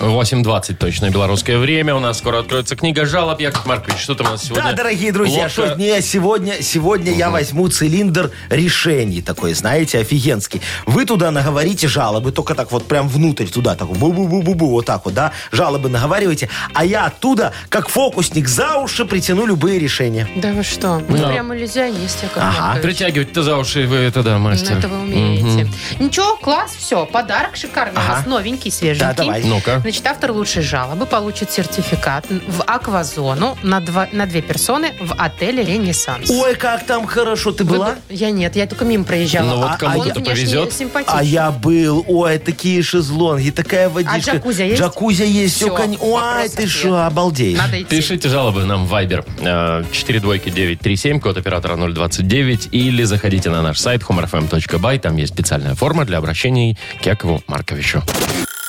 S1: 8.20 точно белорусское время. У нас скоро откроется книга жалоб. Яков Маркович, что там у нас сегодня?
S3: Да, дорогие друзья,
S1: Лодка.
S3: что ж, не, сегодня, сегодня я возьму цилиндр решений такой, знаете, офигенский. Вы туда наговорите жалобы, только так вот прям внутрь туда, так бу-бу-бу-бу-бу, вот так вот, да, жалобы наговариваете, а я оттуда, как фокусник за уши, притяну любые решения.
S2: Да вы что? Вы
S1: Да.
S2: прям иллюзионист, Яков
S3: Ага.
S2: Маркович.
S1: А Притягивать-то за уши вы это, да,
S2: Ну,
S1: мастер.
S2: это вы умеете. Ничего, класс, все. Подарок шикарный. У нас
S3: Ага.
S2: новенький, свеженький.
S3: Да, давай.
S1: Ну-ка.
S2: Значит, автор лучшей жалобы получит сертификат в аквазону на, два, на две персоны в отеле «Ренессанс».
S3: Ой, как там хорошо, ты
S2: Вы
S3: была?
S2: бы- Я нет, я только мимо проезжала.
S1: Ну вот
S2: А-
S1: кому-то
S2: он внешне
S1: повезет.
S2: симпатичный.
S3: А я был, ой, такие шезлонги, такая водичка.
S2: джакузи есть?
S3: Джакузи есть, все,
S2: Всё,
S3: Ой,
S2: вопросов
S3: ты
S2: нет.
S3: что, обалдеешь.
S2: Надо идти.
S1: Пишите жалобы нам в Viber. э, 42937, код оператора 029. Или заходите на наш сайт humorfm.by. Там есть специальная форма для обращений к Якову Марковичу.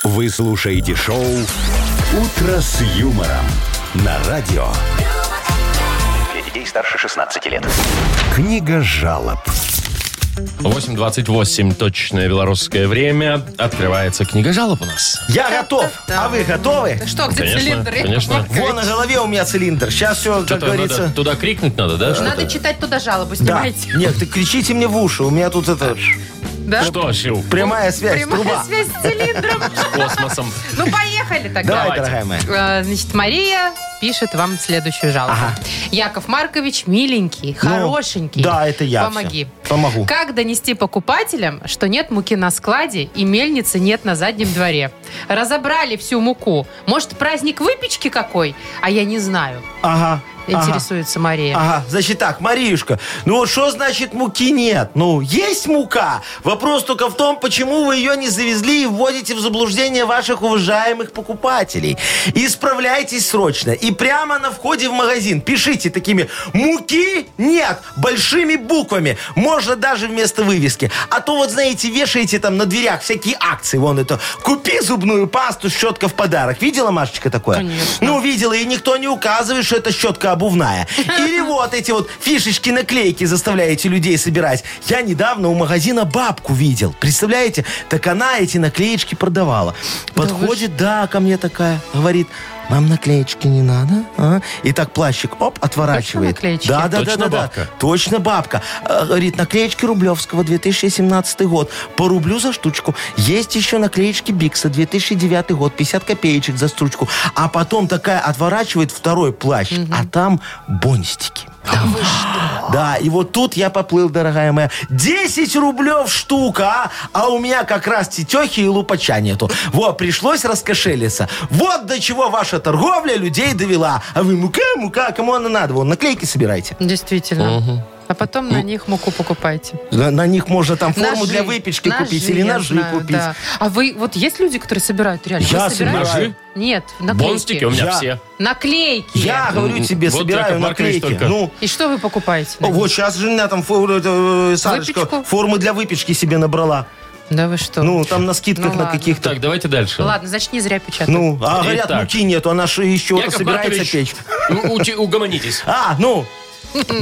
S4: Вы слушаете шоу «Утро с юмором» на радио.
S6: Для детей старше 16 лет.
S4: Книга жалоб.
S1: 8.28 точное белорусское время. Открывается книга жалоб у нас.
S3: Я готов, а вы готовы?
S2: Что, где
S1: Конечно,
S2: цилиндр? Яков
S1: конечно.
S2: Маркович?
S3: Вон на голове у меня цилиндр. Сейчас все, как
S1: Что-то
S3: говорится...
S1: надо- туда крикнуть надо, да? что-то?
S2: Надо читать туда жалобу,
S3: Да.
S2: снимайте.
S3: Нет, ты кричите мне в уши. У меня тут это
S2: Да?
S1: Что, Сил?
S3: прямая связь,
S2: Прямая
S3: труба.
S2: связь с цилиндром.
S1: Космосом.
S2: Ну, поехали тогда.
S3: Давай,
S1: Давайте.
S3: дорогая моя.
S2: Э, Значит, Мария пишет вам следующую жалобу.
S3: Ага. Ну,
S2: Яков Маркович миленький, хорошенький.
S3: да, это я
S2: Помоги.
S3: всё. Помогу.
S2: Как донести покупателям, что нет муки на складе и мельницы нет на заднем дворе? Разобрали всю муку. Может, праздник выпечки какой? А я не знаю.
S3: Ага. Ага. А.
S2: Интересуется Мария.
S3: Ага, значит так, Мариюшка, ну вот что значит муки нет? Ну, есть мука. Вопрос только в том, почему вы ее не завезли и вводите в заблуждение ваших уважаемых покупателей. Исправляйтесь срочно. И прямо на входе в магазин пишите такими «Муки нет!» большими буквами. Можно даже вместо вывески. А то вот, знаете, вешаете там на дверях всякие акции. Вон это «Купи зубную пасту, щетка в подарок». Видела, Машечка, такое?
S2: Конечно.
S3: Ну, видела, и никто не указывает, что это щетка обувная. Или вот эти вот фишечки, наклейки заставляете людей собирать. Я недавно у магазина бабку видел. Представляете? Так она эти наклеечки продавала. Подходит, да, ко мне такая, говорит, вам наклеечки не надо? а?» И так плащик, оп, отворачивает.
S2: наклеечки?
S3: Да, да,
S1: Точно
S3: да, да, да.
S1: бабка?
S3: Точно бабка. Э, Говорит, наклеечки Рублевского 2017 год. По рублю за штучку. Есть еще наклеечки Бикса 2009 год. 50 копеечек за штучку. А потом такая отворачивает второй плащ. А там бонстики. Да, и вот тут я поплыл, дорогая моя. 10 рублев штука, а? А у меня как раз тетехи и лупача нету. Вот, пришлось раскошелиться. Вот до чего ваша торговля людей довела. А вы мука, мука, кому она надо? Вон, наклейки собирайте.
S2: Действительно. А потом
S1: Ну,
S2: на них муку покупайте.
S3: На, на них можно там форму
S2: Ножи.
S3: для выпечки
S2: Ножи,
S3: купить или
S2: я
S3: ножи
S2: знаю,
S3: купить.
S2: да. А вы, вот есть люди, которые собирают реально?
S3: Я
S2: Вы собираете?
S1: собираю.
S2: Нет, наклейки.
S1: Бонстики у меня
S3: Я.
S1: все.
S2: Наклейки.
S3: Я говорю тебе,
S1: ну, Вот
S3: собираю
S1: Яков Маркович
S3: наклейки.
S1: только.
S3: Ну,
S2: И что вы покупаете?
S3: О, вот сейчас же у меня там фо- э, э,
S2: Выпечку?
S3: Сарочка формы для выпечки себе набрала.
S2: Да вы что?
S3: Ну, там на скидках
S2: Ну
S3: на
S2: ладно.
S3: каких-то.
S1: Так, давайте дальше.
S2: Ладно, значит, не зря печатать.
S3: Ну, а говорят,
S1: Итак.
S3: муки нету, она же еще
S1: Яков
S3: собирается
S1: Маркович,
S3: печь.
S1: у- уч- угомонитесь.
S3: А, ну,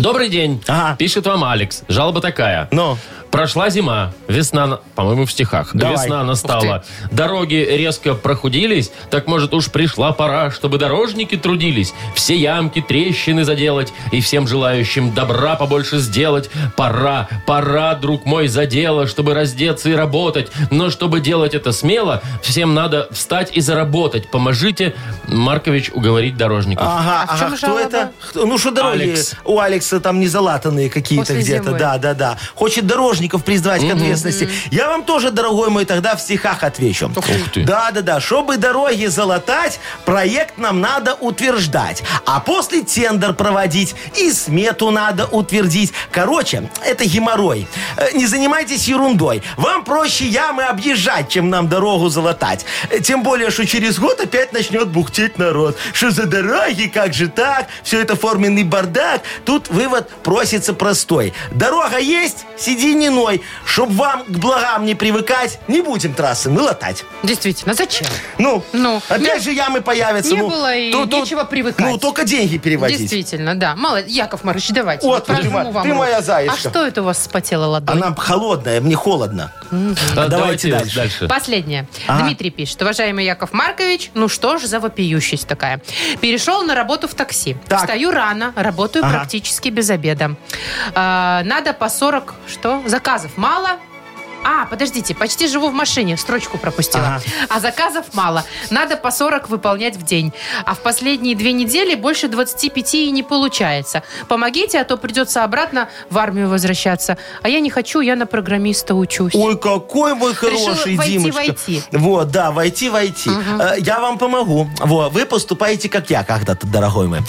S1: Добрый день.
S3: Ага.
S1: Пишет вам Алекс. Жалоба такая.
S3: ну.
S1: Прошла зима, весна, на- по-моему, в стихах.
S3: Давай.
S1: Весна настала. Дороги резко прохудились, так может уж пришла пора, чтобы дорожники трудились, все ямки, трещины заделать и всем желающим добра побольше сделать. Пора, пора, друг мой, за дело, чтобы раздеться и работать. Но чтобы делать это смело, всем надо встать и заработать. Поможите, Маркович, уговорить дорожников.
S3: Ага,
S2: А в чем
S3: ага, кто
S2: жалоба?
S3: это? Кто- Ну, что дороги
S1: Алекс.
S3: у Алекса там не залатанные какие-то
S2: После
S3: где-то.
S2: зимы.
S3: Да, да, да. Хочет дорожников призвать к ответственности. Я вам тоже, дорогой мой, тогда в стихах отвечу.
S1: Ух ты.
S3: Да, да, да. Чтобы дороги залатать, проект нам надо утверждать. А после тендер проводить и смету надо утвердить. Короче, это геморрой. Э, Не занимайтесь ерундой. Вам проще ямы объезжать, чем нам дорогу залатать. Э, Тем более, что через год опять начнет бухтеть народ. Что за дороги, как же так? Все это форменный бардак. Тут вывод просится простой. Дорога есть, сиди не ной. Чтоб вам к благам не привыкать, не будем трассы мы латать.
S2: Действительно, зачем?
S3: Ну,
S2: Ну,
S3: опять
S2: не-
S3: же ямы появятся.
S2: не
S3: ну,
S2: было и нечего привыкать.
S3: Ну, только деньги переводить.
S2: Действительно, да. Мало, Яков Марыч, давайте.
S3: Вот,
S2: прожму
S3: ты моя-
S2: вам
S3: ты
S2: руку.
S3: моя
S2: А
S3: заячка.
S2: что это у вас вспотела ладонь?
S3: Она холодная, мне холодно.
S1: Да,
S3: давайте дальше.
S2: Последнее. Дмитрий пишет. Уважаемый Яков Маркович, ну что ж за вопиющесть такая. Перешел на работу в такси.
S3: Так.
S2: Встаю рано, работаю
S3: Ага.
S2: практически без обеда. А, надо по 40, что? Заказов мало. А, подождите, почти живу в машине, строчку пропустила.
S3: Ага.
S2: А заказов мало. Надо по 40 выполнять в день. А в последние две недели больше 25 и не получается. Помогите, а то придется обратно в армию возвращаться. А я не хочу, я на программиста учусь.
S3: Ой, какой вы хороший,
S2: войти,
S3: Димочка.
S2: войти.
S3: Вот, да, войти, войти. Э, Я вам помогу. Вот, вы поступаете, как я когда-то, дорогой мой.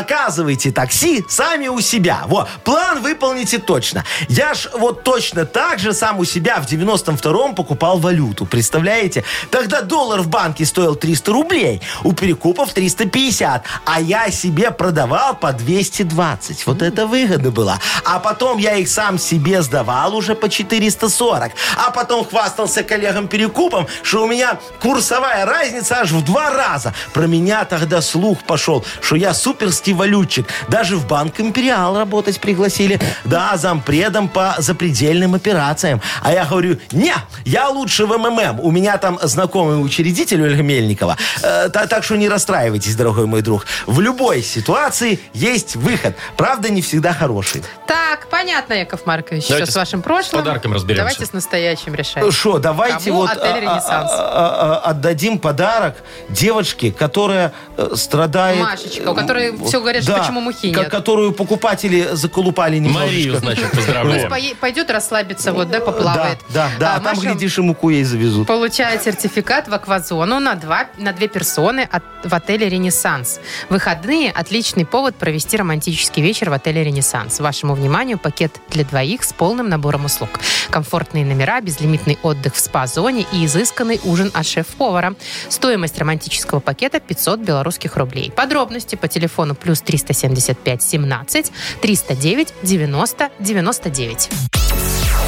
S3: Заказывайте такси сами у себя. Вот, план выполните точно. Я ж вот точно так же сам у себя в 92-м покупал валюту. Представляете? Тогда доллар в банке стоил 300 рублей, у перекупов 350, а я себе продавал по 220. Вот это выгода была. А потом я их сам себе сдавал уже по 440. А потом хвастался коллегам-перекупом, что у меня курсовая разница аж в два раза. Про меня тогда слух пошел, что я суперский валютчик. Даже в Банк Империал работать пригласили. Да, зампредом по запредельным операциям. А я говорю, не, я лучше в МММ. У меня там знакомый учредитель Ольга Мельникова. Э, та- так что не расстраивайтесь, дорогой мой друг. В любой ситуации есть выход. Правда, не всегда хороший.
S2: Так, понятно, Яков Маркович,
S1: Давайте
S2: что с
S1: с-
S2: вашим
S1: с
S2: прошлым.
S1: подарком разберемся.
S2: Давайте с настоящим решаем.
S3: Что, давайте
S2: Э, Кому
S3: вот
S2: отель
S3: а,
S2: «Ренессанс»?
S3: а, а, а, отдадим подарок девочке, которая э, страдает... э,
S2: Машечка, у которой всё говорят, что почему мухи
S3: ко-
S2: нет.
S3: Которую покупатели заколупали
S1: Марию,
S3: немножечко.
S1: значит, поздравляем.
S2: Пое- Пойдет расслабиться, вот, да,
S3: Да,
S2: поплавает.
S3: да, да.
S2: А,
S3: А там,
S2: Маша
S3: глядишь, и муку ей завезут.
S2: Получает сертификат в аквазону на, два, на две персоны от, в отеле «Ренессанс». Выходные – отличный повод провести романтический вечер в отеле «Ренессанс». Вашему вниманию пакет для двоих с полным набором услуг. Комфортные номера, безлимитный отдых в спа-зоне и изысканный ужин от шеф-повара. Стоимость романтического пакета – 500 белорусских рублей. Подробности по телефону плюс 375 17 309 90 99.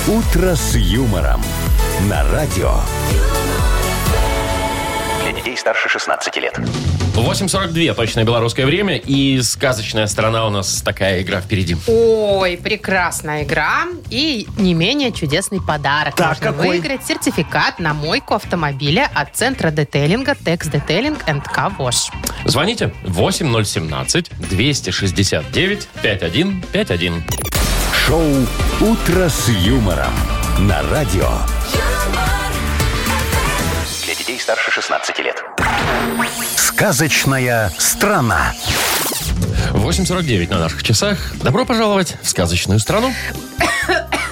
S4: «Утро с юмором» на радио.
S6: Для детей старше 16 лет.
S1: 8.42 точное белорусское время. И сказочная страна у нас такая игра впереди.
S2: Ой, прекрасная игра и не менее чудесный подарок.
S3: Так,
S2: Можно
S3: какой?
S2: выиграть сертификат на мойку автомобиля от центра детейлинга Текс Детейлинг НК Вош.
S1: Звоните 8017-269-5151.
S4: Шоу «Утро с юмором» на радио.
S6: Для детей старше 16 лет.
S4: Сказочная страна.
S1: 8.49 на наших часах. Добро пожаловать в сказочную страну.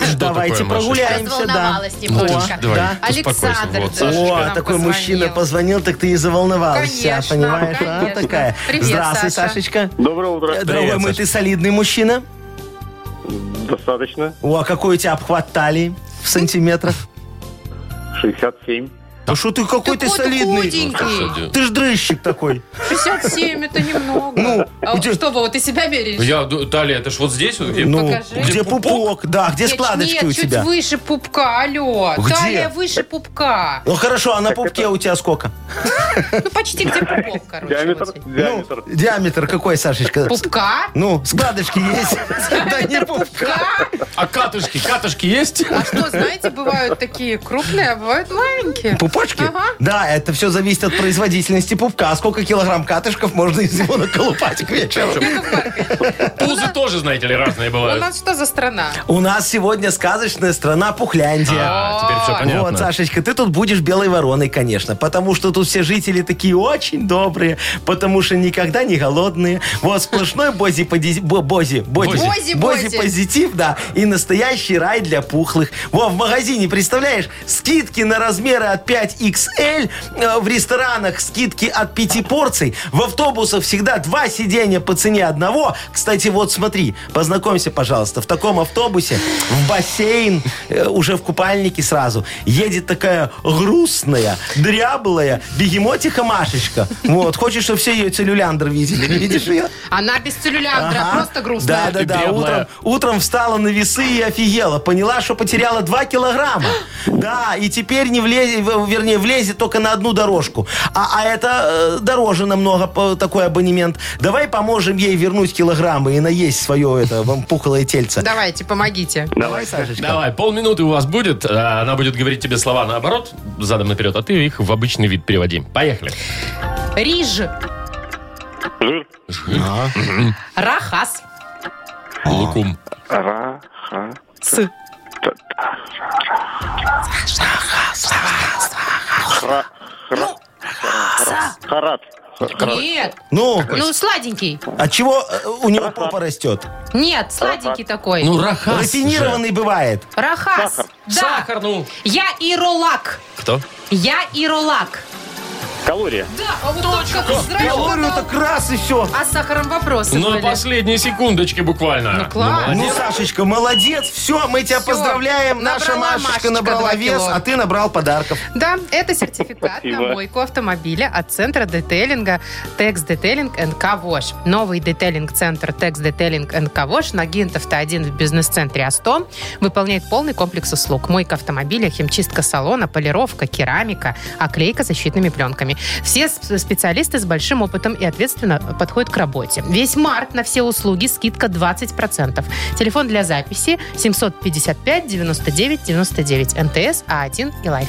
S1: Что
S3: Давайте
S1: такое, Машечка?
S3: прогуляемся, да.
S2: Разволновалась
S1: Ну, ты
S2: немножко.
S1: ж давай,
S3: Да.
S1: успокойся.
S2: Александр,
S1: Вот,
S2: да.
S1: Сашечка.
S2: Сашечка
S3: О, а
S2: нам
S3: такой
S2: позвонил.
S3: мужчина позвонил, так ты и заволновалась вся,
S2: Конечно,
S3: понимаешь? а,
S2: конечно.
S3: такая.
S2: Привет,
S3: Здравствуй,
S2: Саша.
S3: Сашечка.
S7: Доброе утро.
S3: Э, Дорогой
S1: Привет,
S3: мой,
S1: Саша.
S3: ты солидный мужчина?
S8: Достаточно.
S3: О, а какой у тебя обхват талии в сантиметрах?
S8: 67.
S3: Да что ты какой ты,
S2: Такой ты
S3: солидный?
S2: худенький.
S1: Кстати,
S3: Ты ж дрыщик такой.
S2: 67 это немного.
S3: Ну,
S2: А
S3: где-
S2: что, Вова, ты себя меряешь?
S1: Я, ду- талия, это ж вот здесь вот где?
S3: Ну,
S2: Покажи.
S3: где пупок? Да, где
S2: Нет,
S3: складочки
S2: нет,
S3: у тебя?
S2: чуть выше пупка, алло.
S3: Где?
S2: Талия выше пупка.
S3: Ну хорошо, а на пупке у тебя сколько?
S2: Ну, почти где пупок, короче.
S8: Диаметр?
S2: вот.
S8: Диаметр.
S3: Ну, диаметр какой, Сашечка?
S2: Пупка?
S3: Ну, складочки есть. *laughs* Да не пупка.
S1: А катышки, катышки есть?
S2: А что, знаете, бывают такие крупные, а бывают маленькие.
S3: Пупочки?
S2: Ага.
S3: Да, это все зависит от производительности пупка. А сколько килограмм катышков можно из него наколупать к вечеру?
S2: Яков Маркович,
S1: Пузы тоже, знаете ли, разные
S2: У
S1: бывают.
S2: нас что за страна?
S3: У нас сегодня сказочная страна Пухляндия.
S1: А, теперь все
S3: Вот,
S1: понятно.
S3: Сашечка, ты тут будешь белой вороной, конечно, потому что тут все жители такие очень добрые, потому что никогда не голодные. Вот сплошной бози, поди- бо- бози, боди-
S2: Бози. Бози, бози.
S3: бози позитив, да, и настоящий рай для пухлых. Во, в магазине, представляешь, скидки на размеры от 5XL, э, в ресторанах скидки от 5 порций, в автобусах всегда два сиденья по цене одного. Кстати, вот смотри, познакомься, пожалуйста, в таком автобусе в бассейн, э, уже в купальнике сразу, едет такая грустная, дряблая бегемотиха Машечка. Вот, хочешь, чтобы все ее целлюляндр видели, видишь ее?
S2: Она без целлюляндра,
S3: Ага.
S2: просто грустная.
S3: Да, да,
S1: Ты
S3: да.
S1: беглая.
S3: Утром, утром встала на весы и офигела. Поняла, что потеряла 2 килограмма. Да, и теперь не влезет, в- вернее, влезет только на одну дорожку. А, а это э, дороже намного по- такой абонемент. Давай поможем ей вернуть килограммы и наесть свое это, вам пухлое тельце.
S2: Давайте, помогите.
S3: Давай, Сашечка.
S1: Давай, полминуты у вас будет. а Она будет говорить тебе слова наоборот, задом наперед, а ты их в обычный вид переводи. Поехали.
S2: Риж, рахас, А.
S1: Лукум.
S8: Ра, ха.
S2: с,
S8: Хра, хра. Харат.
S2: нет,
S3: Ну,
S2: ну сладенький,
S3: от чего э, у него попа растет?
S2: нет, сладенький такой,
S1: Ну, рахас. же.
S3: Рафинированный бывает.
S2: рахас, да,
S1: Сахар, ну.
S2: я иролак,
S1: Кто?
S2: я иролак,
S8: Калория.
S2: да, а вот точно, ну.
S3: Калорию так раз и все.
S2: а с сахаром вопросы
S1: Ну,
S2: были.
S1: последние секундочки буквально.
S2: Ну, класс.
S1: молодец.
S3: Ну, Сашечка, молодец, все, мы тебя
S2: Всё.
S3: поздравляем. Наша
S2: Набрала
S3: Машечка
S2: Машечка
S3: набрала
S2: два
S3: вес,
S2: кило.
S3: а ты набрал подарков.
S2: Да, это сертификат на
S8: Спасибо.
S2: мойку автомобиля от центра детейлинга Текс Детейлинг НК Вош. Новый детейлинг-центр Текс Детейлинг НК Вош на Гинтов-то 1 в бизнес-центре А100 выполняет полный комплекс услуг. Мойка автомобиля, химчистка салона, полировка, керамика, оклейка защитными пленками. Все с- специалисты с большим опытом и ответственно подходят к работе. Весь март на все услуги скидка 20%. Телефон для записи 755 99 99 МТС А1 А и Лайф.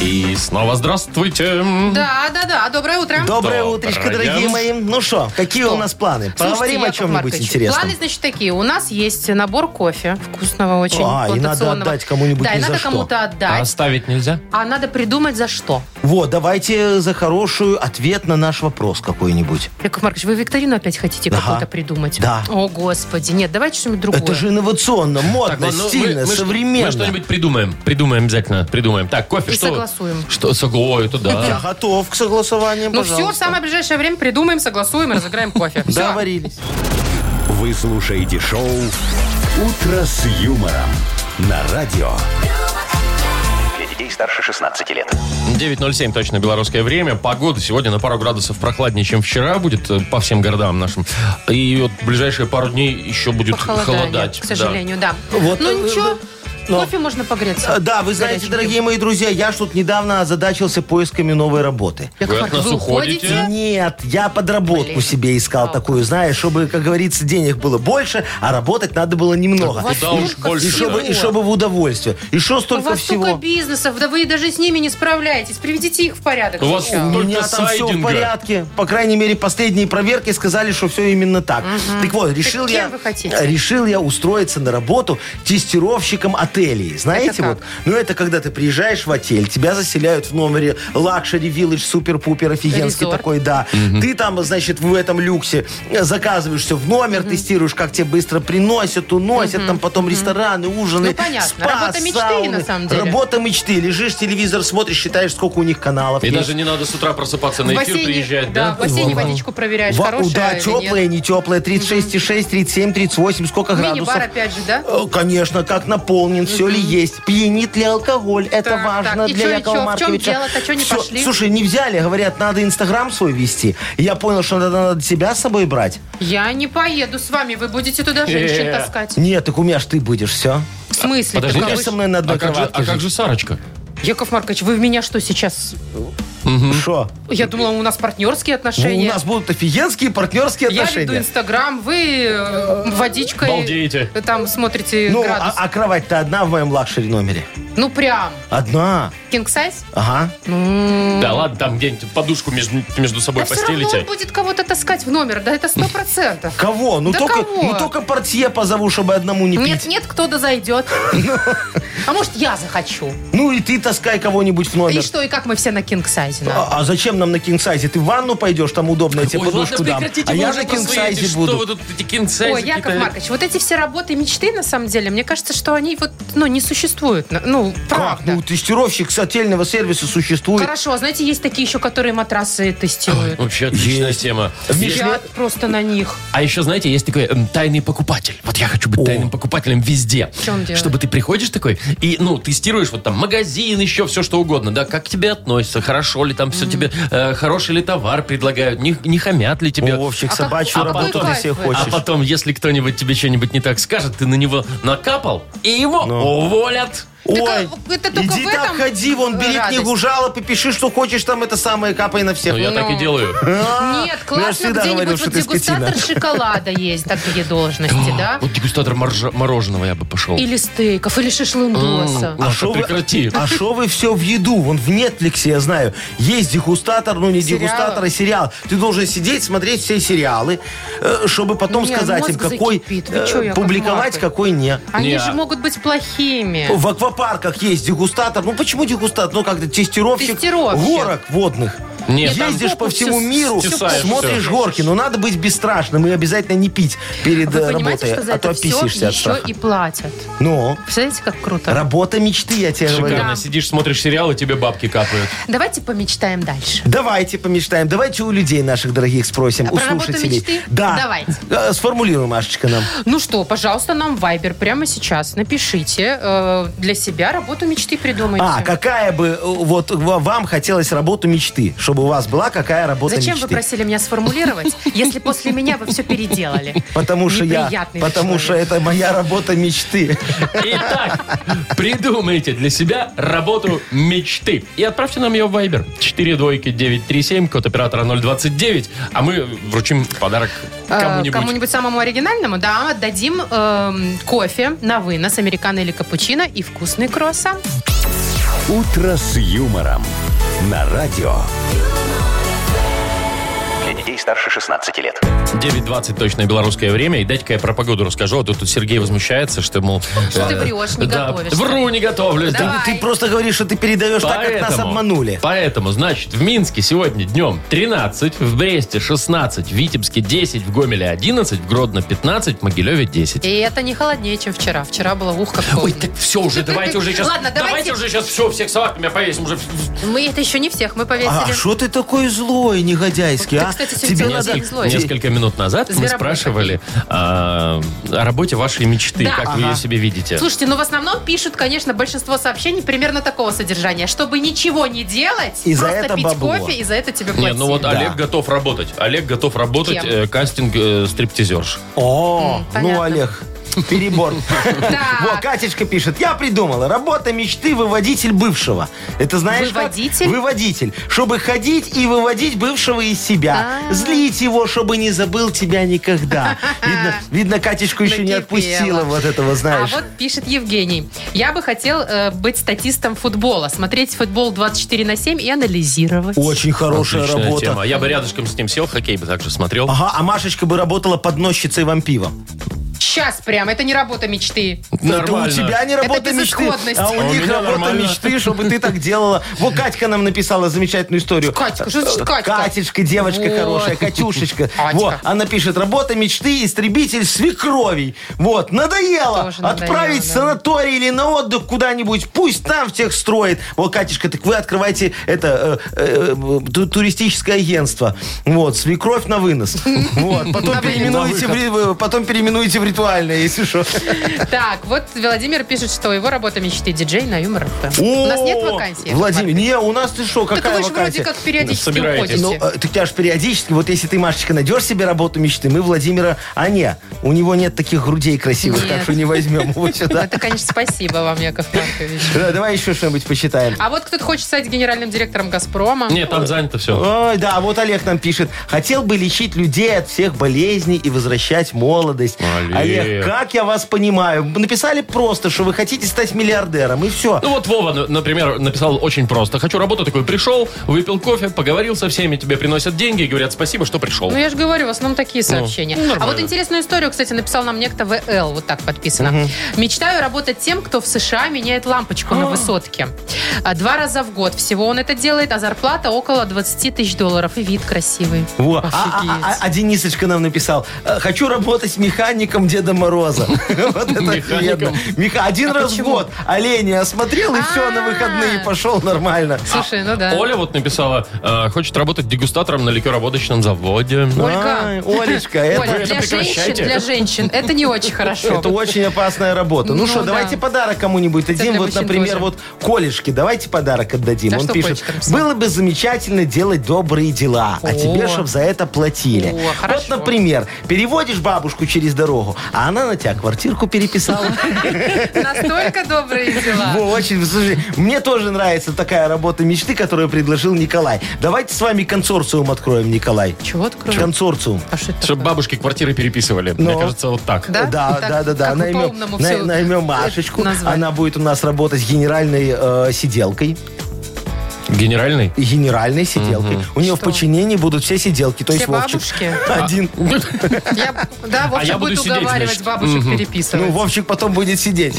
S1: И снова здравствуйте.
S2: Да, да, да. Доброе утро.
S3: Доброе
S1: Доброе.
S3: утречко, дорогие мои. Ну что, какие
S2: Что?
S3: у нас планы?
S2: Слушайте,
S3: Поговорим о
S2: Яков
S3: чем-нибудь
S2: Маркович,
S3: интересном.
S2: Планы, значит, такие. У нас есть набор кофе, вкусного очень,
S3: А, и надо
S2: плантационного.
S3: отдать кому-нибудь
S2: Да,
S3: ни
S2: и надо
S3: за что.
S2: кому-то
S1: А
S2: отдать.
S1: оставить нельзя?
S2: А надо придумать за что.
S3: Вот, давайте за хорошую ответ на наш вопрос какой-нибудь.
S2: Яков Маркович, вы викторину опять хотите
S3: Ага.
S2: какую-то придумать?
S3: Да.
S2: О, господи. Нет, давайте что-нибудь другое.
S3: Это же инновационно,
S1: Так,
S3: модно,
S1: ладно, ну,
S3: стильно,
S1: мы- мы что- Мы
S3: современно.
S1: что-нибудь придумаем. Придумаем обязательно. Придумаем. Так, кофе,
S2: И
S1: что?
S2: согласуем.
S1: Что, согла- ой, это
S3: Я
S1: да.
S3: готов к согласованию,
S2: Ну все, в
S3: пожалуйста.
S2: самое ближайшее время придумаем, согласуем и разыграем кофе. Всё.
S3: *laughs* Договорились.
S4: Вы слушаете шоу «Утро с юмором» на радио.
S6: Для детей старше 16 лет.
S1: 9.07 точно белорусское время. Погода сегодня на пару градусов прохладнее, чем вчера будет э, по всем городам нашим. И вот ближайшие пару дней еще будет
S2: Похолодание,
S1: холодать.
S2: к
S1: да.
S2: сожалению, да.
S3: Вот,
S2: ну
S3: э,
S2: ничего,
S3: э, но-
S2: кофе можно погреться.
S3: Э, Да, вы знаете,
S2: Горячим
S3: дорогие мои друзья, я ж тут недавно озадачился поисками новой работы.
S2: пьем.
S1: Вы от нас уходите?
S3: Нет, я подработку
S2: Блин.
S3: себе искал такую, знаешь, чтобы, как говорится, денег было больше, а работать надо было немного.
S2: вас
S1: Куда уж
S2: столько
S1: больше,
S3: И чтобы,
S1: да.
S3: и чтобы в удовольствие. И что
S2: У
S3: столько
S2: вас столько
S3: всего.
S2: бизнесов, да вы даже с ними не справляетесь. Приведите их в порядок.
S1: У вас
S2: сначала.
S3: У меня
S1: Только
S3: там все в
S1: сайдинга.
S3: порядке. По крайней мере, последние проверки сказали, что все именно так. Так вот, решил
S2: кем
S3: я,
S2: вы хотите?
S3: решил я устроиться на работу тестировщиком от отелей. Знаете,
S2: Это как?
S3: вот, ну это когда ты приезжаешь в отель, тебя заселяют в номере лакшери, виллидж, супер-пупер, офигенский
S2: Резорт.
S3: такой, да. Ты там, значит, в этом люксе э, заказываешься в номер, тестируешь, как тебе быстро приносят, уносят, там потом рестораны, ужины,
S2: Ну, понятно.
S3: спа,
S2: Работа мечты,
S3: сауны.
S2: на самом деле.
S3: Работа мечты. Лежишь, телевизор смотришь, считаешь, сколько у них каналов
S1: И
S3: есть.
S1: даже не надо с утра просыпаться на
S2: В
S1: эфир,
S2: бассейне-
S1: приезжать, да?
S2: в бассейне водичку проверяешь,
S3: Во-
S2: хорошая
S3: да,
S2: или
S3: теплая,
S2: нет.
S3: не теплая, 36,6, 37, 38, сколько градусов.
S2: Мини-бар опять же, да?
S3: Э, Конечно, как наполнен, все ли есть. Пьянит ли алкоголь? Это
S2: Так,
S3: важно
S2: так, и
S3: для
S2: чё, и
S3: Якова
S2: чё? В чём
S3: Марковича.
S2: дело-то? Чё не
S3: Всё.
S2: пошли?
S3: Слушай, не взяли, говорят, надо Инстаграм свой вести. И Я понял, что надо, надо тебя с собой брать.
S2: Я не поеду с вами, вы будете туда женщин
S1: Э.
S2: таскать.
S3: Нет, так у меня ж ты будешь, все.
S2: В смысле?
S1: Подожди,
S3: Ты
S2: Каковы-
S3: будешь со мной на одной
S1: А как, же,
S3: кроватке
S1: а как
S3: жить?
S1: же Сарочка?
S2: Яков Маркович, вы в меня что сейчас?
S3: Шо?
S2: Я думала, у нас партнерские
S3: Ну, у
S2: отношения.
S3: нас будут офигенские партнерские
S2: Я веду
S3: отношения.
S2: Инстаграм, вы э, водичкой...
S1: Балдеете.
S2: э, Там смотрите
S3: Ну, а,
S2: градус.
S3: а кровать-то одна в моем лакшери номере.
S2: Ну, прям.
S3: Одна.
S2: King size?
S3: Ага.
S1: Да ладно, там где-нибудь подушку между, между собой а?
S2: Да все равно он
S1: постелите.
S2: будет кого-то таскать в номер, да это сто процентов.
S3: Кого? Ну
S2: Да
S3: только,
S2: кого?
S3: ну только портье позову, чтобы одному не
S2: Нет,
S3: пить.
S2: нет, кто-то зайдет. А может, я захочу.
S3: Ну и ты таскай кого-нибудь в
S2: И
S3: номер.
S2: что, и как мы все на кинг-сайзе? на?
S3: А, а зачем нам на кингсайзе? Ты в ванну пойдешь, там удобно, я тебе
S1: Ой,
S3: подушку
S1: ладно,
S3: дам.
S1: прекратите
S3: А
S1: вы
S3: я
S1: уже
S3: на
S1: про свои эти,
S3: кингсайзе
S1: Что
S3: буду.
S1: вы тут эти кингсайзы
S2: Ой, Яков
S1: какие-то?
S2: Маркович, вот эти все работы и мечты, на самом деле, мне кажется, что они вот, ну, не существуют. На- Ну,
S3: Как?
S2: правда.
S3: Ну, тестировщик с отельного сервиса существует.
S2: Хорошо, а знаете, есть такие еще, которые матрасы тестируют.
S1: Вообще отличная
S3: Есть.
S1: тема.
S2: Я просто на них.
S1: А еще, знаете, есть такой эм, тайный покупатель. Вот я хочу быть тайным покупателем везде.
S2: В чем дело?
S1: Чтобы ты приходишь такой и, ну, тестируешь вот там магазин, еще все что угодно, да, как к тебе относятся, хорошо ли там все тебе, э, хороший ли товар предлагают, не, не хамят ли тебе.
S3: О, Вовчик,
S2: А как-
S3: собачью
S1: а
S3: работу
S1: потом-
S3: ты себе
S1: а
S3: хочешь.
S1: потом, если кто-нибудь тебе что-нибудь не так скажет, ты на него накапал, и его
S3: Ну.
S1: уволят.
S3: Ой,
S2: Так, а, это только
S3: иди
S2: в
S3: там
S2: этом
S3: ходи, вон, бери
S2: радость.
S3: книгу жалоб и пиши, что хочешь, там это самое, капай на всех.
S1: Ну, я так и делаю.
S2: Нет,
S3: А, ну, я ж
S2: классно,
S3: всегда
S2: где-нибудь
S3: говорил,
S2: вот
S3: что ты
S2: дегустатор
S3: *laughs* скотина.
S2: шоколада есть, такие должности, да?
S1: Вот дегустатор моржа- мороженого я бы пошел.
S2: Или стейков, или шашлындоса.
S1: Маша,
S3: А шо вы-
S1: прекрати.
S3: *laughs* А что вы все в еду? Вон в Netflix, я знаю, есть дегустатор, ну не
S2: Сериалы?
S3: дегустатор, а сериал. Ты должен сидеть, смотреть все сериалы, э, чтобы потом
S2: Не, ну,
S3: сказать им,
S2: мозг
S3: какой
S2: закипит. Вы
S3: э,
S2: чё, Яков
S3: публиковать,
S2: Маркович?
S3: какой не.
S2: Они
S1: Не,
S2: же
S1: а-
S2: могут быть плохими.
S3: В аквапарках есть дегустатор. Ну почему дегустатор? Ну как-то тестировщик,
S2: Тестировщик.
S3: горок водных.
S1: Нет, там
S3: Ездишь по
S2: попу
S3: всему
S2: всю-
S3: миру,
S1: всю Тесаешь
S3: смотришь
S1: всё.
S3: горки. Но надо быть бесстрашным и обязательно не пить перед
S2: Вы
S3: э,
S2: понимаете,
S3: работой,
S2: что за
S3: а то
S2: это все
S3: описишься от
S2: еще
S3: страха.
S2: и платят?
S3: Ну,
S2: Представляете, как круто?
S3: работа мечты, я тебе говорю.
S1: шикарно. Сидишь, смотришь сериал, и тебе бабки капают.
S2: Давайте помечтаем дальше.
S3: Давайте помечтаем. Давайте у людей наших дорогих спросим,
S2: Про
S3: у
S2: работу
S3: слушателей.
S2: мечты?
S3: Да.
S2: Давайте.
S3: Э, Сформулируй, Машечка, нам.
S2: Ну что, пожалуйста, нам в Viber прямо сейчас напишите. э, для себя работу мечты придумайте.
S3: А, какая бы э, вот в- вам хотелось работу мечты, чтобы у вас была какая работа
S2: Зачем вы
S3: мечты?
S2: просили меня спросить, если после меня вы все
S3: *laughs*
S2: переделали?
S3: Потому что я,
S2: Неприятный вы
S3: потому
S2: человек.
S3: что это моя работа мечты.
S1: Итак, придумайте для себя работу мечты. И отправьте нам ее в Viber. 4 двойки 937, код оператора 029. А мы вручим подарок
S2: Э,
S1: кому-нибудь.
S2: Кому-нибудь самому оригинальному, да, отдадим эм, кофе на вынос, американо или капучино и вкусный круассан.
S4: «Утро с юмором» на радио.
S6: Для детей старше 16 лет.
S1: 9.20 точное белорусское время. И дайте-ка я про погоду расскажу. А то тут Сергей возмущается, что, мол...
S2: Что ты
S1: э,
S2: врешь, не
S1: да,
S2: готовишься.
S1: Вру, не готовлюсь. да.
S2: Давай.
S3: Ну, Ты просто говоришь, что ты передаешь так, как нас обманули.
S1: Поэтому, значит, в Минске сегодня днем 13, в Бресте 16, в Витебске 10, в Гомеле 11, в Гродно 15, в Могилеве 10.
S2: И это не холоднее, чем вчера. Вчера было ух как
S1: Ой,
S2: холодно.
S1: так все уже, давайте уже сейчас.
S2: Ладно, давайте.
S1: уже сейчас все, всех собак меня повесим уже.
S2: Мы это еще не всех, мы
S3: А
S2: повесили.
S3: что ты такой злой, негодяйский,
S2: Ты,
S3: а?
S2: кстати, сегодня
S3: Тебе
S2: целый
S3: надо...
S2: день
S1: Несколько,
S2: злой.
S1: несколько минут назад мы
S2: Зверобой.
S1: спрашивали а, о работе вашей мечты,
S2: Да.
S1: как вы ее себе видите.
S2: Слушайте, ну в основном пишут, конечно, большинство сообщений примерно такого содержания. Чтобы ничего не делать,
S3: И за
S2: просто
S3: это
S2: пить
S3: бабло.
S2: кофе, и за это тебе
S1: Не,
S2: платить.
S1: ну вот Олег готов работать. Олег готов работать
S2: Кем?
S1: э, кастинг э, стриптизерш.
S3: О, ну,
S2: понятно. *laughs*
S3: Олег, перебор. Во, Катечка пишет, я придумала, работа мечты – выводитель бывшего. Это знаешь как?
S2: Выводитель?
S3: Выводитель. Чтобы ходить и выводить бывшего из себя.
S2: А.
S3: Злить его, чтобы не забыл
S2: *laughs*
S3: тебя никогда. Видно, видно Катечку еще не
S2: Накипело.
S3: отпустила вот этого,
S2: А
S3: знаешь.
S2: вот пишет Евгений. Я бы хотел э, быть статистом футбола, смотреть футбол 24 на 7 и анализировать.
S3: Очень хорошая
S1: Отличная
S3: работа.
S1: тема. Я бы рядышком с ним сел, хоккей бы также смотрел.
S3: Ага, а Машечка бы работала подносчицей вампива.
S2: сейчас прям. Это не работа
S3: *laughs*
S2: мечты.
S1: Нормально.
S3: Да у тебя не работа
S2: Это
S3: мечты,
S2: безысходность.
S3: а
S2: А
S3: у
S1: у
S3: них
S1: меня
S3: работа
S1: нормально.
S3: мечты, чтобы ты так делала. Вот Катька нам написала замечательную историю.
S2: Катька, что значит Катька?
S3: Катечка, девочка
S2: Вот.
S3: хорошая, Катюшечка.
S2: *laughs* Катька.
S3: Вот, она пишет, работа мечты, истребитель свекровей. Вот, надоело.
S2: Тоже надоело,
S3: Отправить в
S2: да.
S3: санаторий или на отдых куда-нибудь. Пусть там всех строит. Вот, Катечка, так вы открываете это э, э, ту- туристическое агентство. Вот, свекровь
S2: *laughs*
S3: на вынос. Вот, потом
S2: На вынос.
S3: переименуете в ри- э, потом переименуете в ритуальное, если что.
S2: Так, вот Владимир пишет, что его работа мечты диджей на юмор ФМ. У нас нет
S3: О,
S2: вакансии?
S3: Владимир, не, у нас ты что,
S2: Так
S3: какая
S2: вы же вроде
S3: вакансия?
S2: как периодически
S1: Собираетесь.
S2: уходите.
S3: Ну, э, так я ж периодически, вот если ты, Машечка, найдешь себе работу мечты, мы Владимира, а не, у него нет таких грудей красивых,
S2: Нет.
S3: так что не
S2: *laughs*
S3: возьмем его сюда.
S2: Это, конечно, спасибо вам, Яков Маркович.
S3: Да, Давай еще что-нибудь посчитаем.
S2: А вот кто-то хочет стать генеральным директором «Газпрома».
S1: Нет, там занято все.
S3: Ой, да, вот Олег нам пишет. Хотел бы лечить людей от всех болезней и возвращать молодость.
S1: Олег.
S3: Олег, как я вас понимаю? Написали просто, что вы хотите стать миллиардером, и все.
S1: Ну вот Вова, на- например, написал очень просто. Хочу работу такой. Пришел, выпил кофе, поговорил со всеми, тебе приносят деньги и говорят спасибо, что пришел.
S2: Ну, я же говорю, в основном такие
S3: ну,
S2: сообщения. а вот интересную историю, кстати, написал нам некто ВЛ, вот так подписано. Мечтаю работать тем, кто в США меняет лампочку на высотке. А, Два раза в год всего он это делает, а зарплата около 20 тысяч долларов. И вид красивый.
S3: Во. А, а- а-
S2: Офигеть.
S3: а Денисочка нам написал, «Э, хочу работать механиком Деда Мороза. *laughs* Вот это
S1: Механиком?
S3: офигенно. Меха- Один раз в
S2: А почему?
S3: год оленя осмотрел, и все, на
S2: А.
S3: выходные пошел нормально.
S2: Слушай, ну да.
S1: Оля вот написала, э, хочет работать дегустатором на ликероводочном заводе.
S3: Ну,
S2: Ольга. *laughs*
S3: Ай, Олечка,
S2: Оля,
S3: это...
S1: это
S2: для женщин,
S1: прекращайте.
S2: для женщин это не
S3: *laughs*
S2: очень хорошо.
S3: Это очень опасная работа. Ну
S2: Ну
S3: что,
S2: да.
S3: давайте подарок кому-нибудь дадим.
S2: для
S3: Вот,
S2: мужчин
S3: например,
S2: тоже.
S3: вот Колешке давайте подарок отдадим.
S2: Да
S3: Он
S2: что
S3: пишет,
S2: Колечка написал?
S3: было бы замечательно делать добрые дела, а
S2: О.
S3: тебе чтоб за это платили.
S2: О, хорошо.
S3: Вот, например, переводишь бабушку через дорогу, а она на тебя
S2: *laughs*
S3: квартирку переписала.
S2: Настолько добрые дела.
S3: Во, очень, слушай, мне тоже нравится такая работа мечты, которую предложил Николай. Давайте с вами консорциум откроем, Николай.
S2: Чего откроешь?
S3: Консорциум.
S2: А что это
S1: Чтобы
S2: такое?
S1: бабушки квартиры переписывали. Мне
S3: Ну.
S1: кажется, вот так.
S2: Да? Ну
S3: да,
S2: Так,
S3: да, да, да.
S2: как вы
S3: Наймем,
S2: по-умному
S3: най-
S2: всё
S3: наймем
S2: это
S3: Машечку.
S2: назвали.
S3: Она будет у нас работать генеральной э, сиделкой. *laughs*
S1: Генеральный?
S3: Генеральной сиделкой. У нее в
S2: Что?
S3: подчинении будут все сиделки, то
S2: Все
S3: есть Вовчик. А
S2: бабушки?
S3: *laughs*
S2: А,
S3: Один.
S2: Я- да, Вовчик
S1: я буду
S2: будет
S1: сидеть,
S2: уговаривать
S1: значит.
S2: бабушек
S1: Мгм.
S3: Ну,
S2: переписывать.
S3: Вовчик потом будет сидеть.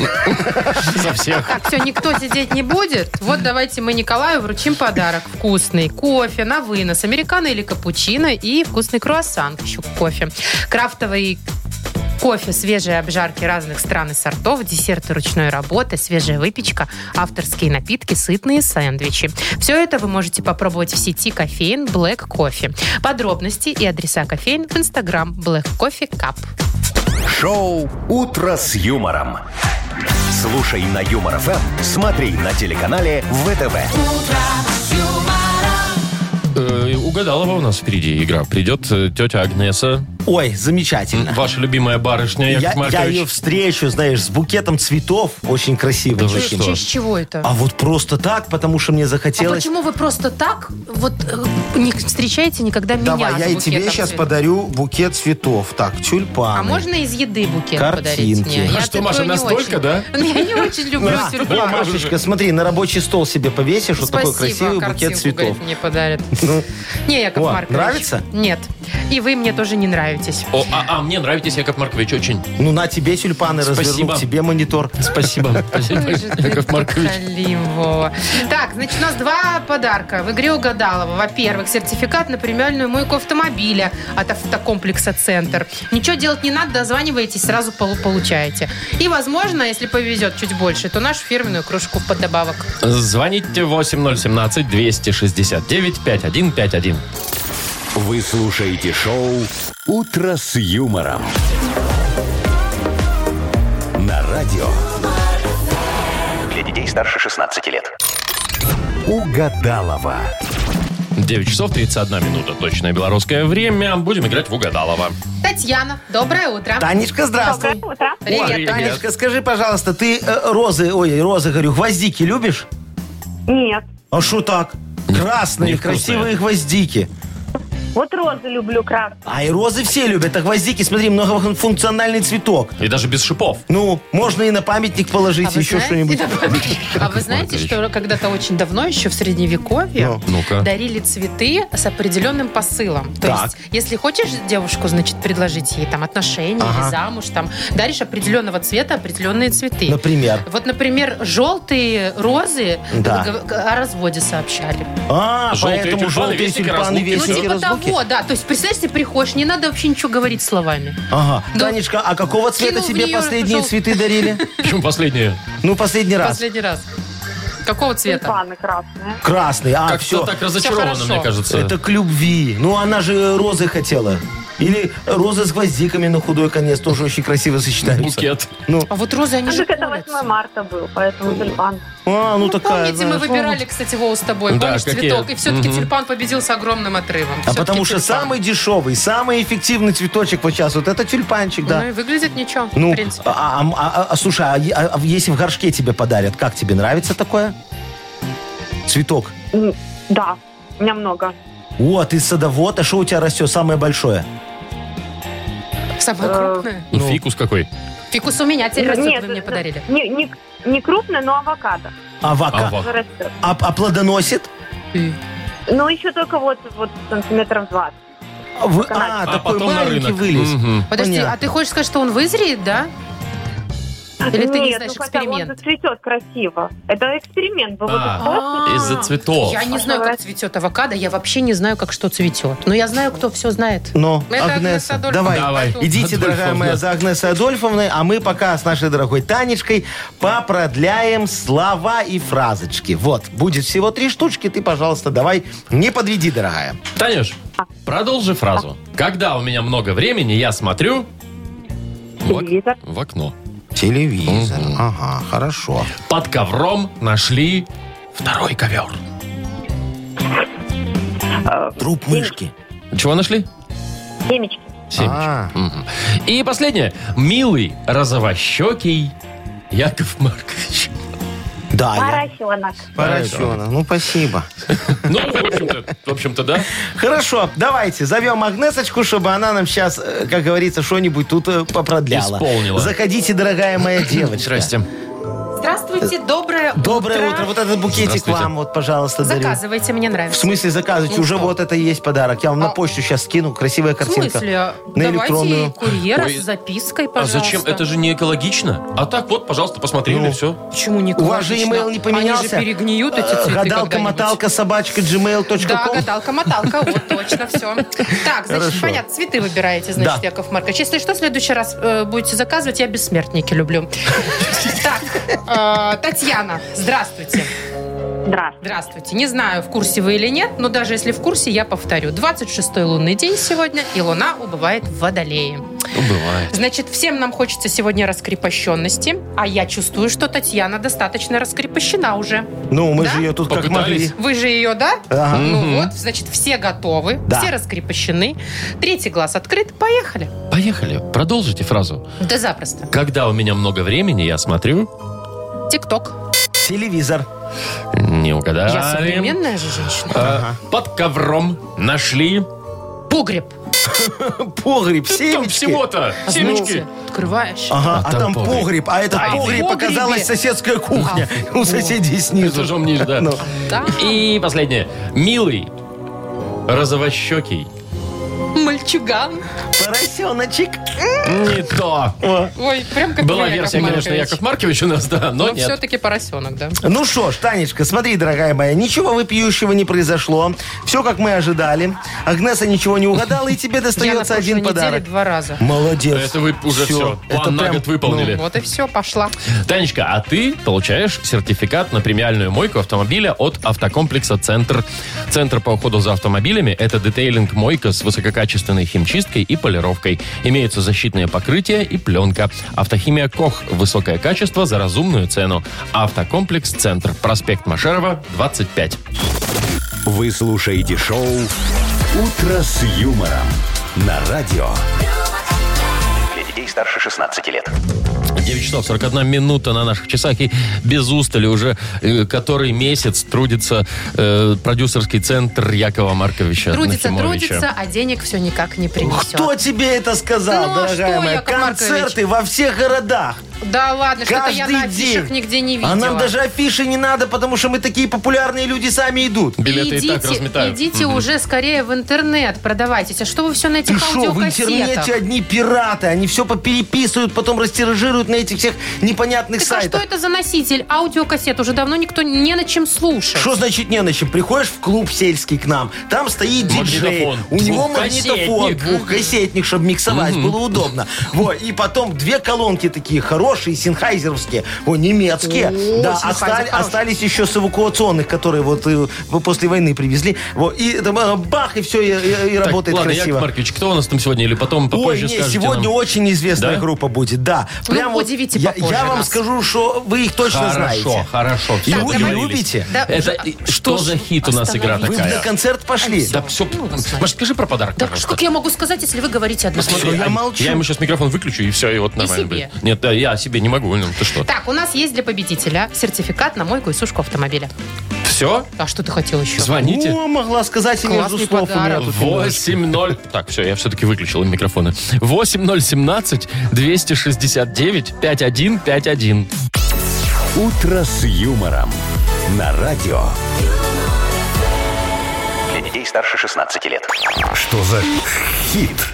S1: Со всех.
S2: Так, все, никто сидеть не будет. Вот давайте мы Николаю вручим подарок. Вкусный кофе на вынос, американо или капучино и вкусный круассан еще к кофе. Крафтовый Кофе, свежие обжарки разных стран и сортов, десерты ручной работы, свежая выпечка, авторские напитки, сытные сэндвичи. Все это вы можете попробовать в сети кофеин Black Coffee. Подробности и адреса кофеин в инстаграм Black Coffee Cup.
S4: Шоу «Утро с юмором». Слушай на Юмор ФМ, смотри на телеканале ВТВ.
S1: Э, Угадалова у нас впереди игра. Придет э, тетя Агнеса,
S3: Ой, замечательно.
S1: ваша любимая барышня,
S3: Я,
S1: Яков
S3: я ее
S1: Маркович.
S3: встречу, знаешь, с букетом цветов. Очень красиво.
S1: Да вы
S3: очень.
S1: что?
S2: Через чего это?
S3: А вот просто так, потому что мне
S2: А
S3: захотелось...
S2: почему вы просто так вот э, не встречаете никогда меня?
S3: Давай,
S2: с
S3: я и
S2: букетом
S3: тебе сейчас
S2: цветов?
S3: подарю букет цветов. Так, тюльпаны.
S2: А можно из еды букет
S3: Картинки.
S2: подарить мне?
S1: А
S2: Я
S1: что,
S2: такое
S1: Маша,
S2: не
S1: настолько,
S2: очень. *laughs* Ну,
S1: да?
S2: Я не очень люблю
S3: Да.
S2: сюрпризы.
S3: Во, А, ну, Машечка, смотри, на рабочий стол себе повесишь вот такой
S2: Спасибо,
S3: красивый букет
S2: картинку,
S3: цветов.
S2: говорит, мне
S3: *laughs*
S2: подарят.
S3: Ну,
S2: Не, Яков
S3: О,
S2: Маркович.
S3: нравится?
S2: Нет. И вы мне тоже не нравитесь.
S1: О, а, а, мне нравитесь, Яков Маркович, очень.
S3: ну, на тебе тюльпаны разверну,
S1: Спасибо.
S3: к тебе монитор.
S1: Спасибо. *laughs* Спасибо,
S2: Ой же ты,
S1: Яков Маркович.
S2: Халим, Вова. Так, значит, у нас два подарка в игре угадалова. Во-первых, сертификат на премиальную мойку автомобиля от автокомплекса «Центр». Ничего делать не надо, дозваниваетесь, сразу пол- получаете. И, возможно, если повезет чуть больше, то нашу фирменную кружку поддобавок.
S1: Звоните 8017-269-5151.
S4: Вы слушаете шоу «Утро с юмором». На радио
S6: Для детей старше 16 лет.
S4: «Угадалова».
S1: 9 часов 31 минута. Точное белорусское время. Будем играть в Угадалова.
S2: Татьяна, доброе утро.
S3: Танечка, здравствуй.
S9: Доброе утро.
S2: Привет.
S1: Ой,
S3: Танечка, скажи, пожалуйста, ты э, розы, ой, розы, говорю, гвоздики любишь?
S9: Нет.
S3: А что так? Красные,
S1: невкусные.
S3: красивые гвоздики.
S9: Вот розы люблю красные.
S3: А и розы все любят. А гвоздики, смотри, многофункциональный цветок.
S1: И даже без шипов.
S3: Ну, можно и на памятник положить,
S2: А вы
S3: еще что-нибудь.
S2: знаете- *laughs* А вы знаете, что когда-то очень давно, еще в
S3: Ну.
S2: Средневековье,
S1: Ну-ка.
S2: дарили цветы с определенным посылом. То
S3: Так.
S2: есть, если хочешь девушку, значит, предложить ей там отношения или замуж, там, даришь определенного цвета определенные цветы.
S3: Например.
S2: Вот, например, желтые розы
S3: Да.
S2: г- г- о разводе сообщали.
S3: А,
S1: Желтые
S3: поэтому
S1: тюльпаны,
S3: желтые
S1: вестники,
S3: тюльпаны,
S1: разлуки.
S3: вестники,
S2: ну, типа
S3: разлуки.
S2: того, да. То есть, представляешь, ты приходишь, не надо вообще ничего говорить словами.
S3: Ага.
S2: Ну,
S3: Танечка, а какого цвета
S2: кинул в
S3: тебе
S2: неё
S3: последние
S2: жел- *laughs*
S3: цветы дарили?
S1: Почему последнее?
S3: Ну, последний раз.
S2: Последний раз. Какого цвета?
S9: Тюльпаны красные.
S3: Красный, а,
S1: Как-то
S3: все.
S1: так разочаровано,
S2: хорошо.
S1: мне кажется.
S3: Это к любви. Ну, она же розы хотела. Или розы с гвоздиками на худой конец тоже очень красиво
S1: Э,
S3: сочетаются.
S1: Букет.
S2: А вот розы, они
S9: Ну,
S2: же
S9: так это
S2: колются.
S9: 8 марта был, поэтому тюльпан.
S3: А, ну, такая,
S2: Помните, мы
S3: знаешь,
S2: выбирали, кстати, Вову с тобой.
S1: Да,
S2: Помнишь
S1: какие?
S2: цветок? И все-таки
S1: Мгм.
S2: тюльпан победил с огромным отрывом.
S3: А
S2: Всё-таки
S3: потому что
S2: тюльпан.
S3: самый дешевый, самый эффективный цветочек вот сейчас, вот это тюльпанчик, да.
S2: Ну и выглядит ничего,
S3: Ну,
S2: в принципе.
S3: а, а- а- а, слушай, а е- а- а если в горшке тебе подарят, как тебе нравится такое? Цветок.
S9: М, Да, у меня много.
S3: О, ты садовод, а что у тебя растет самое большое?
S2: Самое
S9: э,
S2: крупное.
S1: Ну, фикус какой.
S2: Фикус у меня теперь растет,
S9: Нет,
S2: вы мне
S9: э,
S2: подарили.
S9: Не, не, не крупное, но авокадо
S3: Авока.
S1: Ава.
S9: растет.
S3: А, а плодоносит?
S9: Но еще только вот, вот сантиметров 20.
S3: А, вы- а,
S9: А
S1: А
S3: такой
S1: потом на
S3: маленький
S1: рынок.
S3: вылез.
S1: Мгм.
S2: Подожди,
S3: э, понятно.
S2: а ты хочешь сказать, что он вызреет, да? Или ты не
S9: Нет,
S2: знаешь
S9: ну хотя бы
S2: эксперимент?
S9: Он зацветет красиво. Это эксперимент был. Вот
S1: А.
S9: этот вот.
S2: А,
S1: Из-за цветов.
S2: Я не знаю, как цветет авокадо, я вообще не знаю, как что цветет. Но я знаю, кто все знает.
S3: Ну,
S2: Это Агнеса
S3: Агнеса,
S2: Адольфовна.
S3: давай.
S1: Давай.
S3: Идите,
S1: Адольфовна.
S3: дорогая моя, за Агнесой Адольфовной, а мы пока с нашей дорогой Танечкой попродляем слова и фразочки. Вот, будет всего три штучки, ты, пожалуйста, давай, не подведи, дорогая.
S1: Танюш, продолжи фразу. Когда у меня много времени, я смотрю... в ок-
S9: Телевизор.
S1: В окно.
S3: Телевизор. Ага, хорошо.
S1: Под ковром нашли второй ковер.
S3: Труп мышки.
S1: Чего нашли?
S9: Семечки.
S1: Семечки.
S3: А,
S1: Мгм. И последнее. Милый, розовощекий Яков Маркович.
S3: да, А я-
S9: Поросенок.
S3: поросенок. Ну, спасибо.
S1: Ну, в общем-то, в общем-то, да.
S3: Хорошо, давайте зовем Агнесочку, чтобы она нам сейчас, как говорится, что-нибудь тут э, попродляла.
S1: Исполнила.
S3: Заходите, дорогая моя девочка.
S1: Здрасте.
S2: Здравствуйте, доброе утро.
S3: Доброе утро. Вот этот букетик
S1: Здравствуйте.
S3: вам, вот, пожалуйста, дарю.
S2: Заказывайте, мне
S3: В
S2: нравится.
S3: смысле заказывайте?
S2: Ну
S3: Уже
S2: что?
S3: вот это и есть подарок. Я вам на
S2: А-
S3: почту сейчас скину. Красивая
S2: В
S3: картинка.
S2: смысле?
S3: На
S2: Давайте
S3: электронную.
S2: курьера
S1: Ой.
S2: с запиской,
S1: А
S2: пожалуйста.
S1: зачем? Это же не экологично. А так вот, пожалуйста, посмотрели,
S3: Ну.
S1: все.
S2: Почему не
S3: У вас же
S2: экологично?
S3: email не поменялся?
S2: Они же перегниют эти
S3: Э,
S2: цветы когда-нибудь.
S3: Гадалка-моталка собачка gmail.com.
S2: Да, гадалка-моталка,
S3: *laughs*
S2: вот точно все. Так, значит,
S3: Хорошо.
S2: понятно, цветы выбираете, значит,
S3: Да.
S2: Яков Маркович. Если что, в следующий раз э, будете заказывать, я бессмертники
S3: *laughs*
S2: люблю. Так, э, Татьяна, здравствуйте.
S9: Здравствуйте.
S2: Здравствуйте. Не знаю, в курсе вы или нет, но даже если в курсе, я повторю. 26-й лунный день сегодня, и луна убывает в Водолее.
S1: ну, Бывает.
S2: Значит, всем нам хочется сегодня раскрепощенности, а я чувствую, что Татьяна достаточно раскрепощена уже.
S3: Ну, мы
S2: Да?
S3: же ее тут как
S1: Попытались.
S3: могли.
S2: Вы же ее, да?
S3: Ага.
S2: Ну вот, значит, все готовы,
S3: Да.
S2: все раскрепощены. Третий глаз открыт, поехали.
S1: Поехали. Продолжите фразу.
S2: Да запросто.
S1: Когда у меня много времени, я смотрю.
S2: Тик-ток.
S3: Телевизор.
S1: Не угадали.
S2: Я современная же женщина.
S1: А, Под ковром нашли.
S2: Погреб.
S3: Погреб.
S1: Там
S3: Семечки.
S1: всего-то.
S2: А
S1: Семечки.
S2: знаете, Открываешь.
S3: Ага,
S1: А
S3: а
S1: там
S3: там
S1: погреб.
S3: погреб. А этот
S2: А, и
S3: погреб
S2: в погребе.
S3: оказалась соседская кухня
S2: А.
S3: *laughs* у соседей снизу.
S1: Этажом ниже, да.
S3: Ну.
S2: Да.
S1: И последнее. Милый, розовощекий.
S2: Мальчуган.
S3: Поросеночек.
S1: Не то.
S2: Ой, прям как
S1: Была
S2: я, Яков
S1: версия, конечно,
S2: Маркович.
S1: Яков Маркович у нас, да, но
S2: Но
S1: нет.
S2: все-таки поросенок, да.
S3: Ну что ж, Танечка, смотри, дорогая моя, ничего выпиющего не произошло. Все, как мы ожидали. Агнеса ничего не угадала, и тебе
S2: Я на
S3: достается
S2: прошлой
S3: один
S2: неделе
S3: подарок.
S2: два раза. Ну,
S3: Молодец.
S1: Это вы уже все.
S3: Это
S1: План на
S3: прям, ну,
S1: год выполнили.
S2: Вот и все, пошла.
S1: Танечка, а ты получаешь сертификат на премиальную мойку автомобиля от автокомплекса «Центр». Центр по уходу за автомобилями – это детейлинг-мойка с высококачественной химчисткой и полировкой. Имеются защитное покрытие и пленка. Автохимия «Кох» – высокое качество за разумную цену. Автокомплекс «Центр». Проспект Машерова, 25.
S4: Вы слушаете шоу «Утро с юмором» на радио.
S6: Для детей старше 16 лет.
S1: 9 часов 41 минута на наших часах. И без устали уже э, который месяц трудится э, продюсерский центр Якова Марковича
S2: Трудится,
S1: Нахимовича.
S2: трудится, а денег все никак не принесет.
S3: Кто тебе это сказал,
S2: Ну, а
S3: дорогая
S2: что,
S3: моя?
S2: Яков Маркович?
S3: Концерты во всех городах.
S2: Да ладно, что-то я
S3: Каждый
S2: на афишах
S3: день.
S2: нигде не видела.
S3: А нам даже афиши не надо, потому что мы такие популярные люди сами идут.
S1: Билеты и так
S2: Идите-
S1: разметают.
S2: Идите
S1: Мгм.
S2: уже скорее в интернет продавайтесь. А что вы все на
S3: Ты
S2: этих
S3: шо, в
S2: аудиокассетах?
S3: интернете а одни пираты, они все попереписывают, потом растиражируют на этих всех непонятных
S2: Так а что
S3: сайтах.
S2: это за носитель аудиокассет? Уже давно никто не на чем слушать.
S3: Что значит не на чем? Приходишь в клуб сельский к нам, там стоит диджей,
S1: Магнитофон.
S3: у него
S1: Двухкассетник.
S3: магнитофон, двухкассетник, чтобы миксовать, было удобно. Вот, и потом две колонки такие хорошие, синхайзеровские, о, немецкие.
S2: О,
S3: Да,
S2: Синхайзер
S3: остали-
S2: хороший.
S3: остались еще с эвакуационных, которые вот э, после войны привезли. Вот, и там, э, бах, и все, и, и
S1: Так,
S3: работает
S1: ладно, Яков
S3: красиво.
S1: Маркович, кто у нас там сегодня или потом
S3: Ой,
S1: попозже
S3: не,
S1: скажете
S3: сегодня
S1: нам?
S3: очень известная
S1: Да?
S3: группа будет, да.
S2: Ну,
S3: вот
S2: удивите
S3: я,
S2: попозже
S3: я вам
S2: нас.
S3: скажу, что вы их точно
S1: Хорошо,
S3: знаете.
S1: хорошо.
S3: И
S1: Все,
S3: лю-
S2: давай.
S3: любите?
S2: Да
S1: Это
S2: уже,
S1: и- что за
S2: ж,
S1: хит у нас игра
S2: остановитесь.
S3: Вы на
S1: такая?
S3: концерт пошли.
S1: Да все,
S2: Ну, вы знаете.
S1: Маш, скажи про подарок,
S2: Да
S1: пожалуйста.
S2: как я могу сказать, если вы говорите одно
S1: Смотри,
S3: я
S1: а-
S3: молчу.
S1: Я ему сейчас микрофон выключу, и все, и вот нормально
S2: себе.
S1: будет. Нет, да, я себе не могу, ну ты что?
S2: Так, у нас есть для победителя сертификат на мойку и сушку автомобиля.
S1: Все,
S2: А что ты хотел еще?
S1: звоните.
S3: О, могла сказать, и между
S2: Классный
S3: слов у меня
S2: подарок.
S3: тут немножко.
S1: 8-0. Так, все, я все-таки выключил микрофоны. 8017-269-5151.
S4: «Утро с юмором» на радио.
S6: Для детей старше 16 лет.
S4: Что за хит?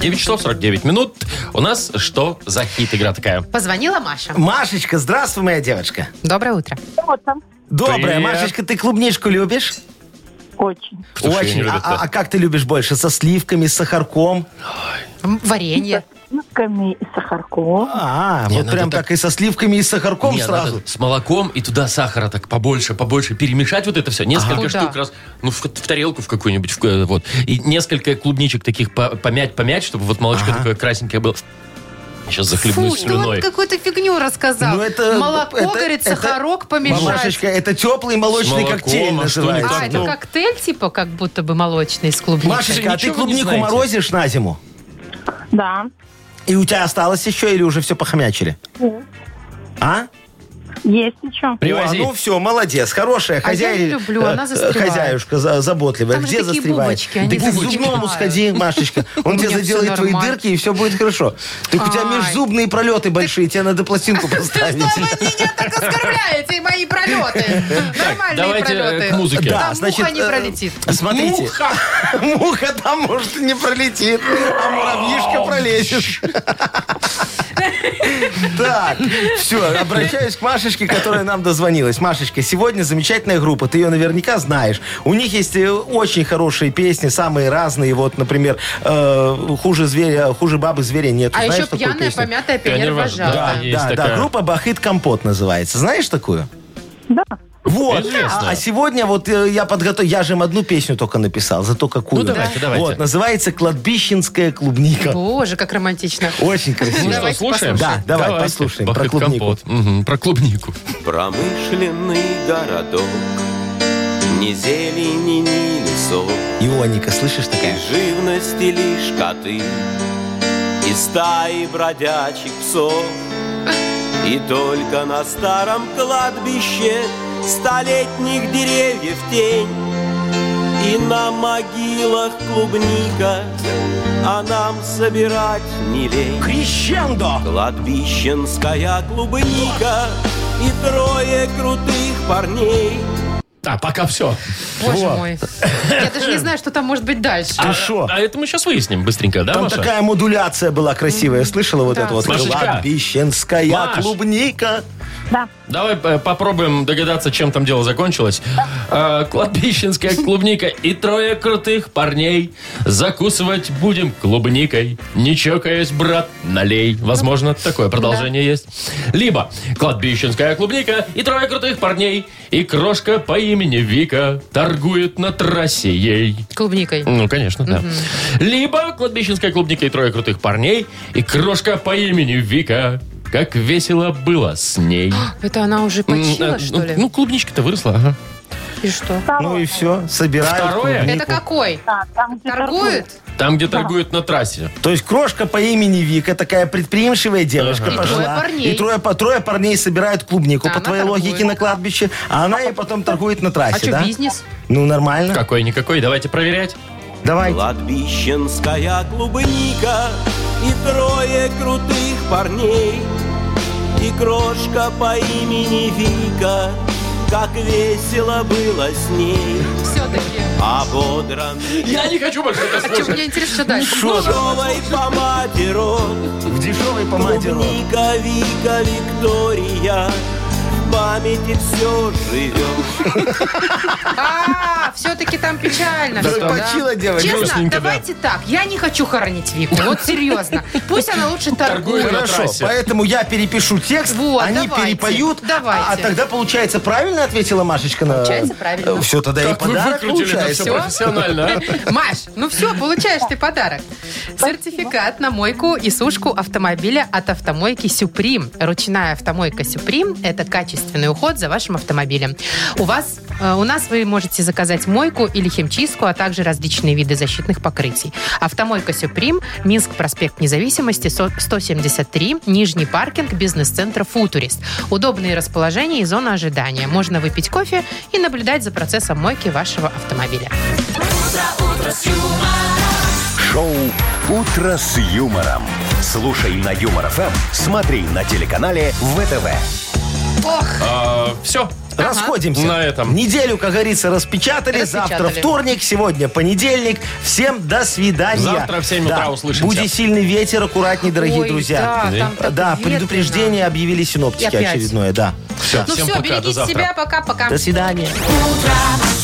S1: 9 часов 49 минут. У нас что за хит игра такая?
S2: Позвонила Маша.
S3: Машечка, здравствуй, моя девочка.
S2: Доброе утро.
S9: Ну, Вот там.
S3: Добрая,
S1: Привет.
S3: Машечка, ты клубничку любишь?
S9: Очень.
S1: Что ж её не
S3: Очень. А,
S1: любят-то?
S3: а- а как ты любишь больше? Со сливками, с сахарком?
S2: М, Варенье.
S9: Сливками и сахарком.
S3: А,
S1: Не,
S3: вот
S1: надо
S3: прям
S1: так-
S3: так и со сливками, и с сахарком
S1: Не,
S3: сразу.
S1: надо с молоком и туда сахара так побольше, побольше перемешать вот это все. Несколько
S2: Куда?
S1: штук раз, ну, в, в тарелку в какую-нибудь, в, э, вот. И несколько клубничек таких по- помять, помять, чтобы вот молочко такое красненькое было. Сейчас захлебнусь
S2: Фу, ты
S1: слюной.
S2: вот какую-то фигню рассказал.
S3: Ну, это-
S2: Молоко,
S3: это-
S2: говорит,
S3: это-
S2: сахарок помешать.
S3: Машечка, это теплый молочный
S1: молоком,
S3: коктейль
S1: а что не
S3: называется.
S1: так?
S2: А, это
S1: ну.
S2: коктейль, типа, как будто бы молочный с клубникой.
S3: Машечка, а ты
S1: Ничего вы не
S3: клубнику
S1: знаете.
S3: морозишь на зиму?
S9: Да.
S3: И у тебя осталось еще или уже все похомячили? А?
S9: Есть еще.
S1: Привози.
S3: О, ну все, молодец, хорошая
S2: А я
S3: хозяйка.
S2: не люблю, она застревает.
S3: Хозяюшка за- заботливая.
S2: Там же
S3: Где
S2: такие
S3: застревает?
S2: бубочки, они
S3: Да ты к
S2: бубочки
S3: зубному
S2: бывают.
S3: сходи, Машечка.
S2: *laughs*
S3: Он
S2: У
S3: тебе
S2: меня всё
S3: заделает твои
S2: нормально.
S3: дырки, и все будет хорошо. Так у тебя
S2: Ай.
S3: межзубные пролеты большие, тебе надо
S2: *laughs*
S3: пластинку поставить.
S2: Что вы меня так оскорбляете, мои пролеты? Нормальные
S1: давайте, э,
S2: пролеты.
S1: к музыке.
S2: Там
S3: Да,
S2: муха
S3: значит,
S2: не
S3: э,
S2: пролетит.
S3: Смотрите. *laughs* Муха! там, может, и не пролетит, а
S2: *laughs*
S3: муравьишка пролезет. Так, все, обращаюсь к Машечке, которая нам дозвонилась. Машечка, сегодня замечательная группа, ты ее наверняка знаешь. У них есть э, очень хорошие песни, самые разные. Вот, например, э, «Хуже зверя», «Хуже бабы зверя нет».
S2: А еще
S3: Знаешь такую
S2: пьяная,
S3: песню?
S2: помятая
S1: Пионер
S2: пионер
S1: вожжа, да.
S2: вожжа.
S1: Есть
S3: Да,
S1: такая.
S3: да, группа «Бахыт Компот» называется. Знаешь такую?
S9: Да.
S3: Вот.
S1: Известно.
S3: А сегодня вот э, я подготовил, я же им одну песню только написал, зато какую.
S1: Ну, давайте, Да. давайте.
S3: Вот, называется «Кладбищенская клубника».
S2: Боже, как романтично.
S3: Очень
S1: Ну
S3: красиво.
S1: что,
S2: Давайте
S1: слушаем?
S3: послушаем. Да, давай,
S1: Давайте.
S3: послушаем про
S1: Бахыт
S3: клубнику.
S1: компот. Мгм, Про клубнику.
S10: Промышленный городок, ни зелени, ни лесов,
S3: Ионика, слышишь
S10: и
S3: такая?
S10: живности лишь коты, и стаи бродячих псов. И только на старом кладбище столетних деревьев тень, и на могилах клубника, а нам собирать не лень.
S3: Крещендо!
S10: Кладбищенская клубника и трое крутых парней.
S1: А, пока все.
S2: Боже мой. Я даже не знаю, что там может быть дальше.
S3: Ты шо?
S1: А это мы сейчас выясним быстренько, да,
S3: Ну Там
S1: Маша?
S3: такая модуляция была красивая. Слышала вот
S2: Да.
S3: это вот?
S1: Машечка!
S3: Кладбищенская
S1: Маш!
S3: клубника.
S1: Давай э, попробуем догадаться, чем там дело закончилось. Э, Кладбищенская клубника и трое крутых парней. Закусывать будем клубникой. Не чокаясь, брат, налей. Возможно, такое продолжение есть. Либо кладбищенская клубника и трое крутых парней. И крошка по имени Вика торгует на трассе ей.
S2: Клубникой.
S1: Ну, конечно, да. Либо кладбищенская клубника и трое крутых парней. И крошка по имени Вика. Как весело было с ней.
S2: Это она уже
S1: М, а,
S2: почила, что
S1: ну,
S2: ли?
S1: Ну, клубничка-то выросла, ага.
S2: И что?
S3: Ну и все, собирают
S1: Второе?
S3: клубнику.
S2: Это какой? Торгует?
S1: Там, где торгуют на трассе.
S3: То есть крошка по имени Вика, такая предприимчивая девушка,
S2: И
S3: пошла.
S2: трое парней.
S3: И трое, по- трое парней собирают клубнику,
S2: Да,
S3: по
S2: она
S3: твоей
S2: торгует.
S3: логике, на кладбище. А она ей потом торгует на
S2: А
S3: трассе,
S2: что,
S3: да?
S2: бизнес?
S3: Ну, нормально.
S1: Какой-никакой, давайте проверять.
S3: Давай.
S10: Кладбищенская клубника И трое крутых парней И крошка по имени Вика Как весело было с ней
S2: Все-таки.
S10: Ободранный
S1: Я не хочу больше это
S2: А что,
S1: слушать.
S2: меня интересно, что дальше?
S1: Ну,
S10: Дешевой помаде рот
S3: В дешевой помаде рот.
S10: Клубника Вика Виктория В памяти все живет
S2: А, все-таки там печально.
S3: Да
S2: всё,
S3: там. Почила девочка.
S2: Честно,
S1: Грустненько, да.
S2: давайте так. Я не хочу хоронить Вику. Вот серьезно. Пусть она лучше
S1: Торгует.
S2: торгует.
S1: на
S3: Хорошо,
S1: трассе.
S3: поэтому я перепишу текст,
S2: Вот,
S3: они
S2: давайте,
S3: перепоют,
S2: давайте.
S3: А, а тогда получается правильно ответила Машечка на.
S2: Получается правильно.
S3: Все тогда
S1: Как
S3: и
S1: вы
S3: подарок
S1: выкрутили это все
S3: получается.
S1: профессионально,
S2: *laughs*
S1: а?
S2: Маш, ну все, получаешь ты подарок. Сертификат на мойку и сушку автомобиля от автомойки Сюприм. Ручная автомойка Сюприм – это качественный уход за вашим автомобилем. У вас, э, у нас вы можете заказать мойку или химчистку, а также различные виды защитных покрытий. Автомойка Сюприм, Минск, проспект Независимости, со- 173, Нижний паркинг, бизнес-центр Футурист. Удобные расположения и зона ожидания. Можно выпить кофе и наблюдать за процессом мойки вашего автомобиля.
S4: Шоу «Утро с юмором». Слушай на Юмор ФМ, смотри на телеканале ВТВ.
S1: все.
S3: Расходимся.
S1: А, На этом.
S3: Неделю, как говорится, распечатали. Завтра
S2: Распечатали.
S3: вторник, сегодня понедельник. Всем до свидания.
S1: Завтра в семь утра
S3: Да.
S1: услышимся.
S3: Будет сильный ветер, аккуратней, дорогие
S2: Ой,
S3: друзья.
S2: Да, там так
S3: Да,
S2: ветрено.
S3: предупреждение объявили
S2: И
S3: синоптики
S2: опять.
S3: очередное, да.
S1: Все,
S2: Ну
S1: всем
S2: все,
S1: пока, до
S2: берегите
S1: завтра.
S2: себя, пока-пока.
S3: До свидания.
S9: Утро с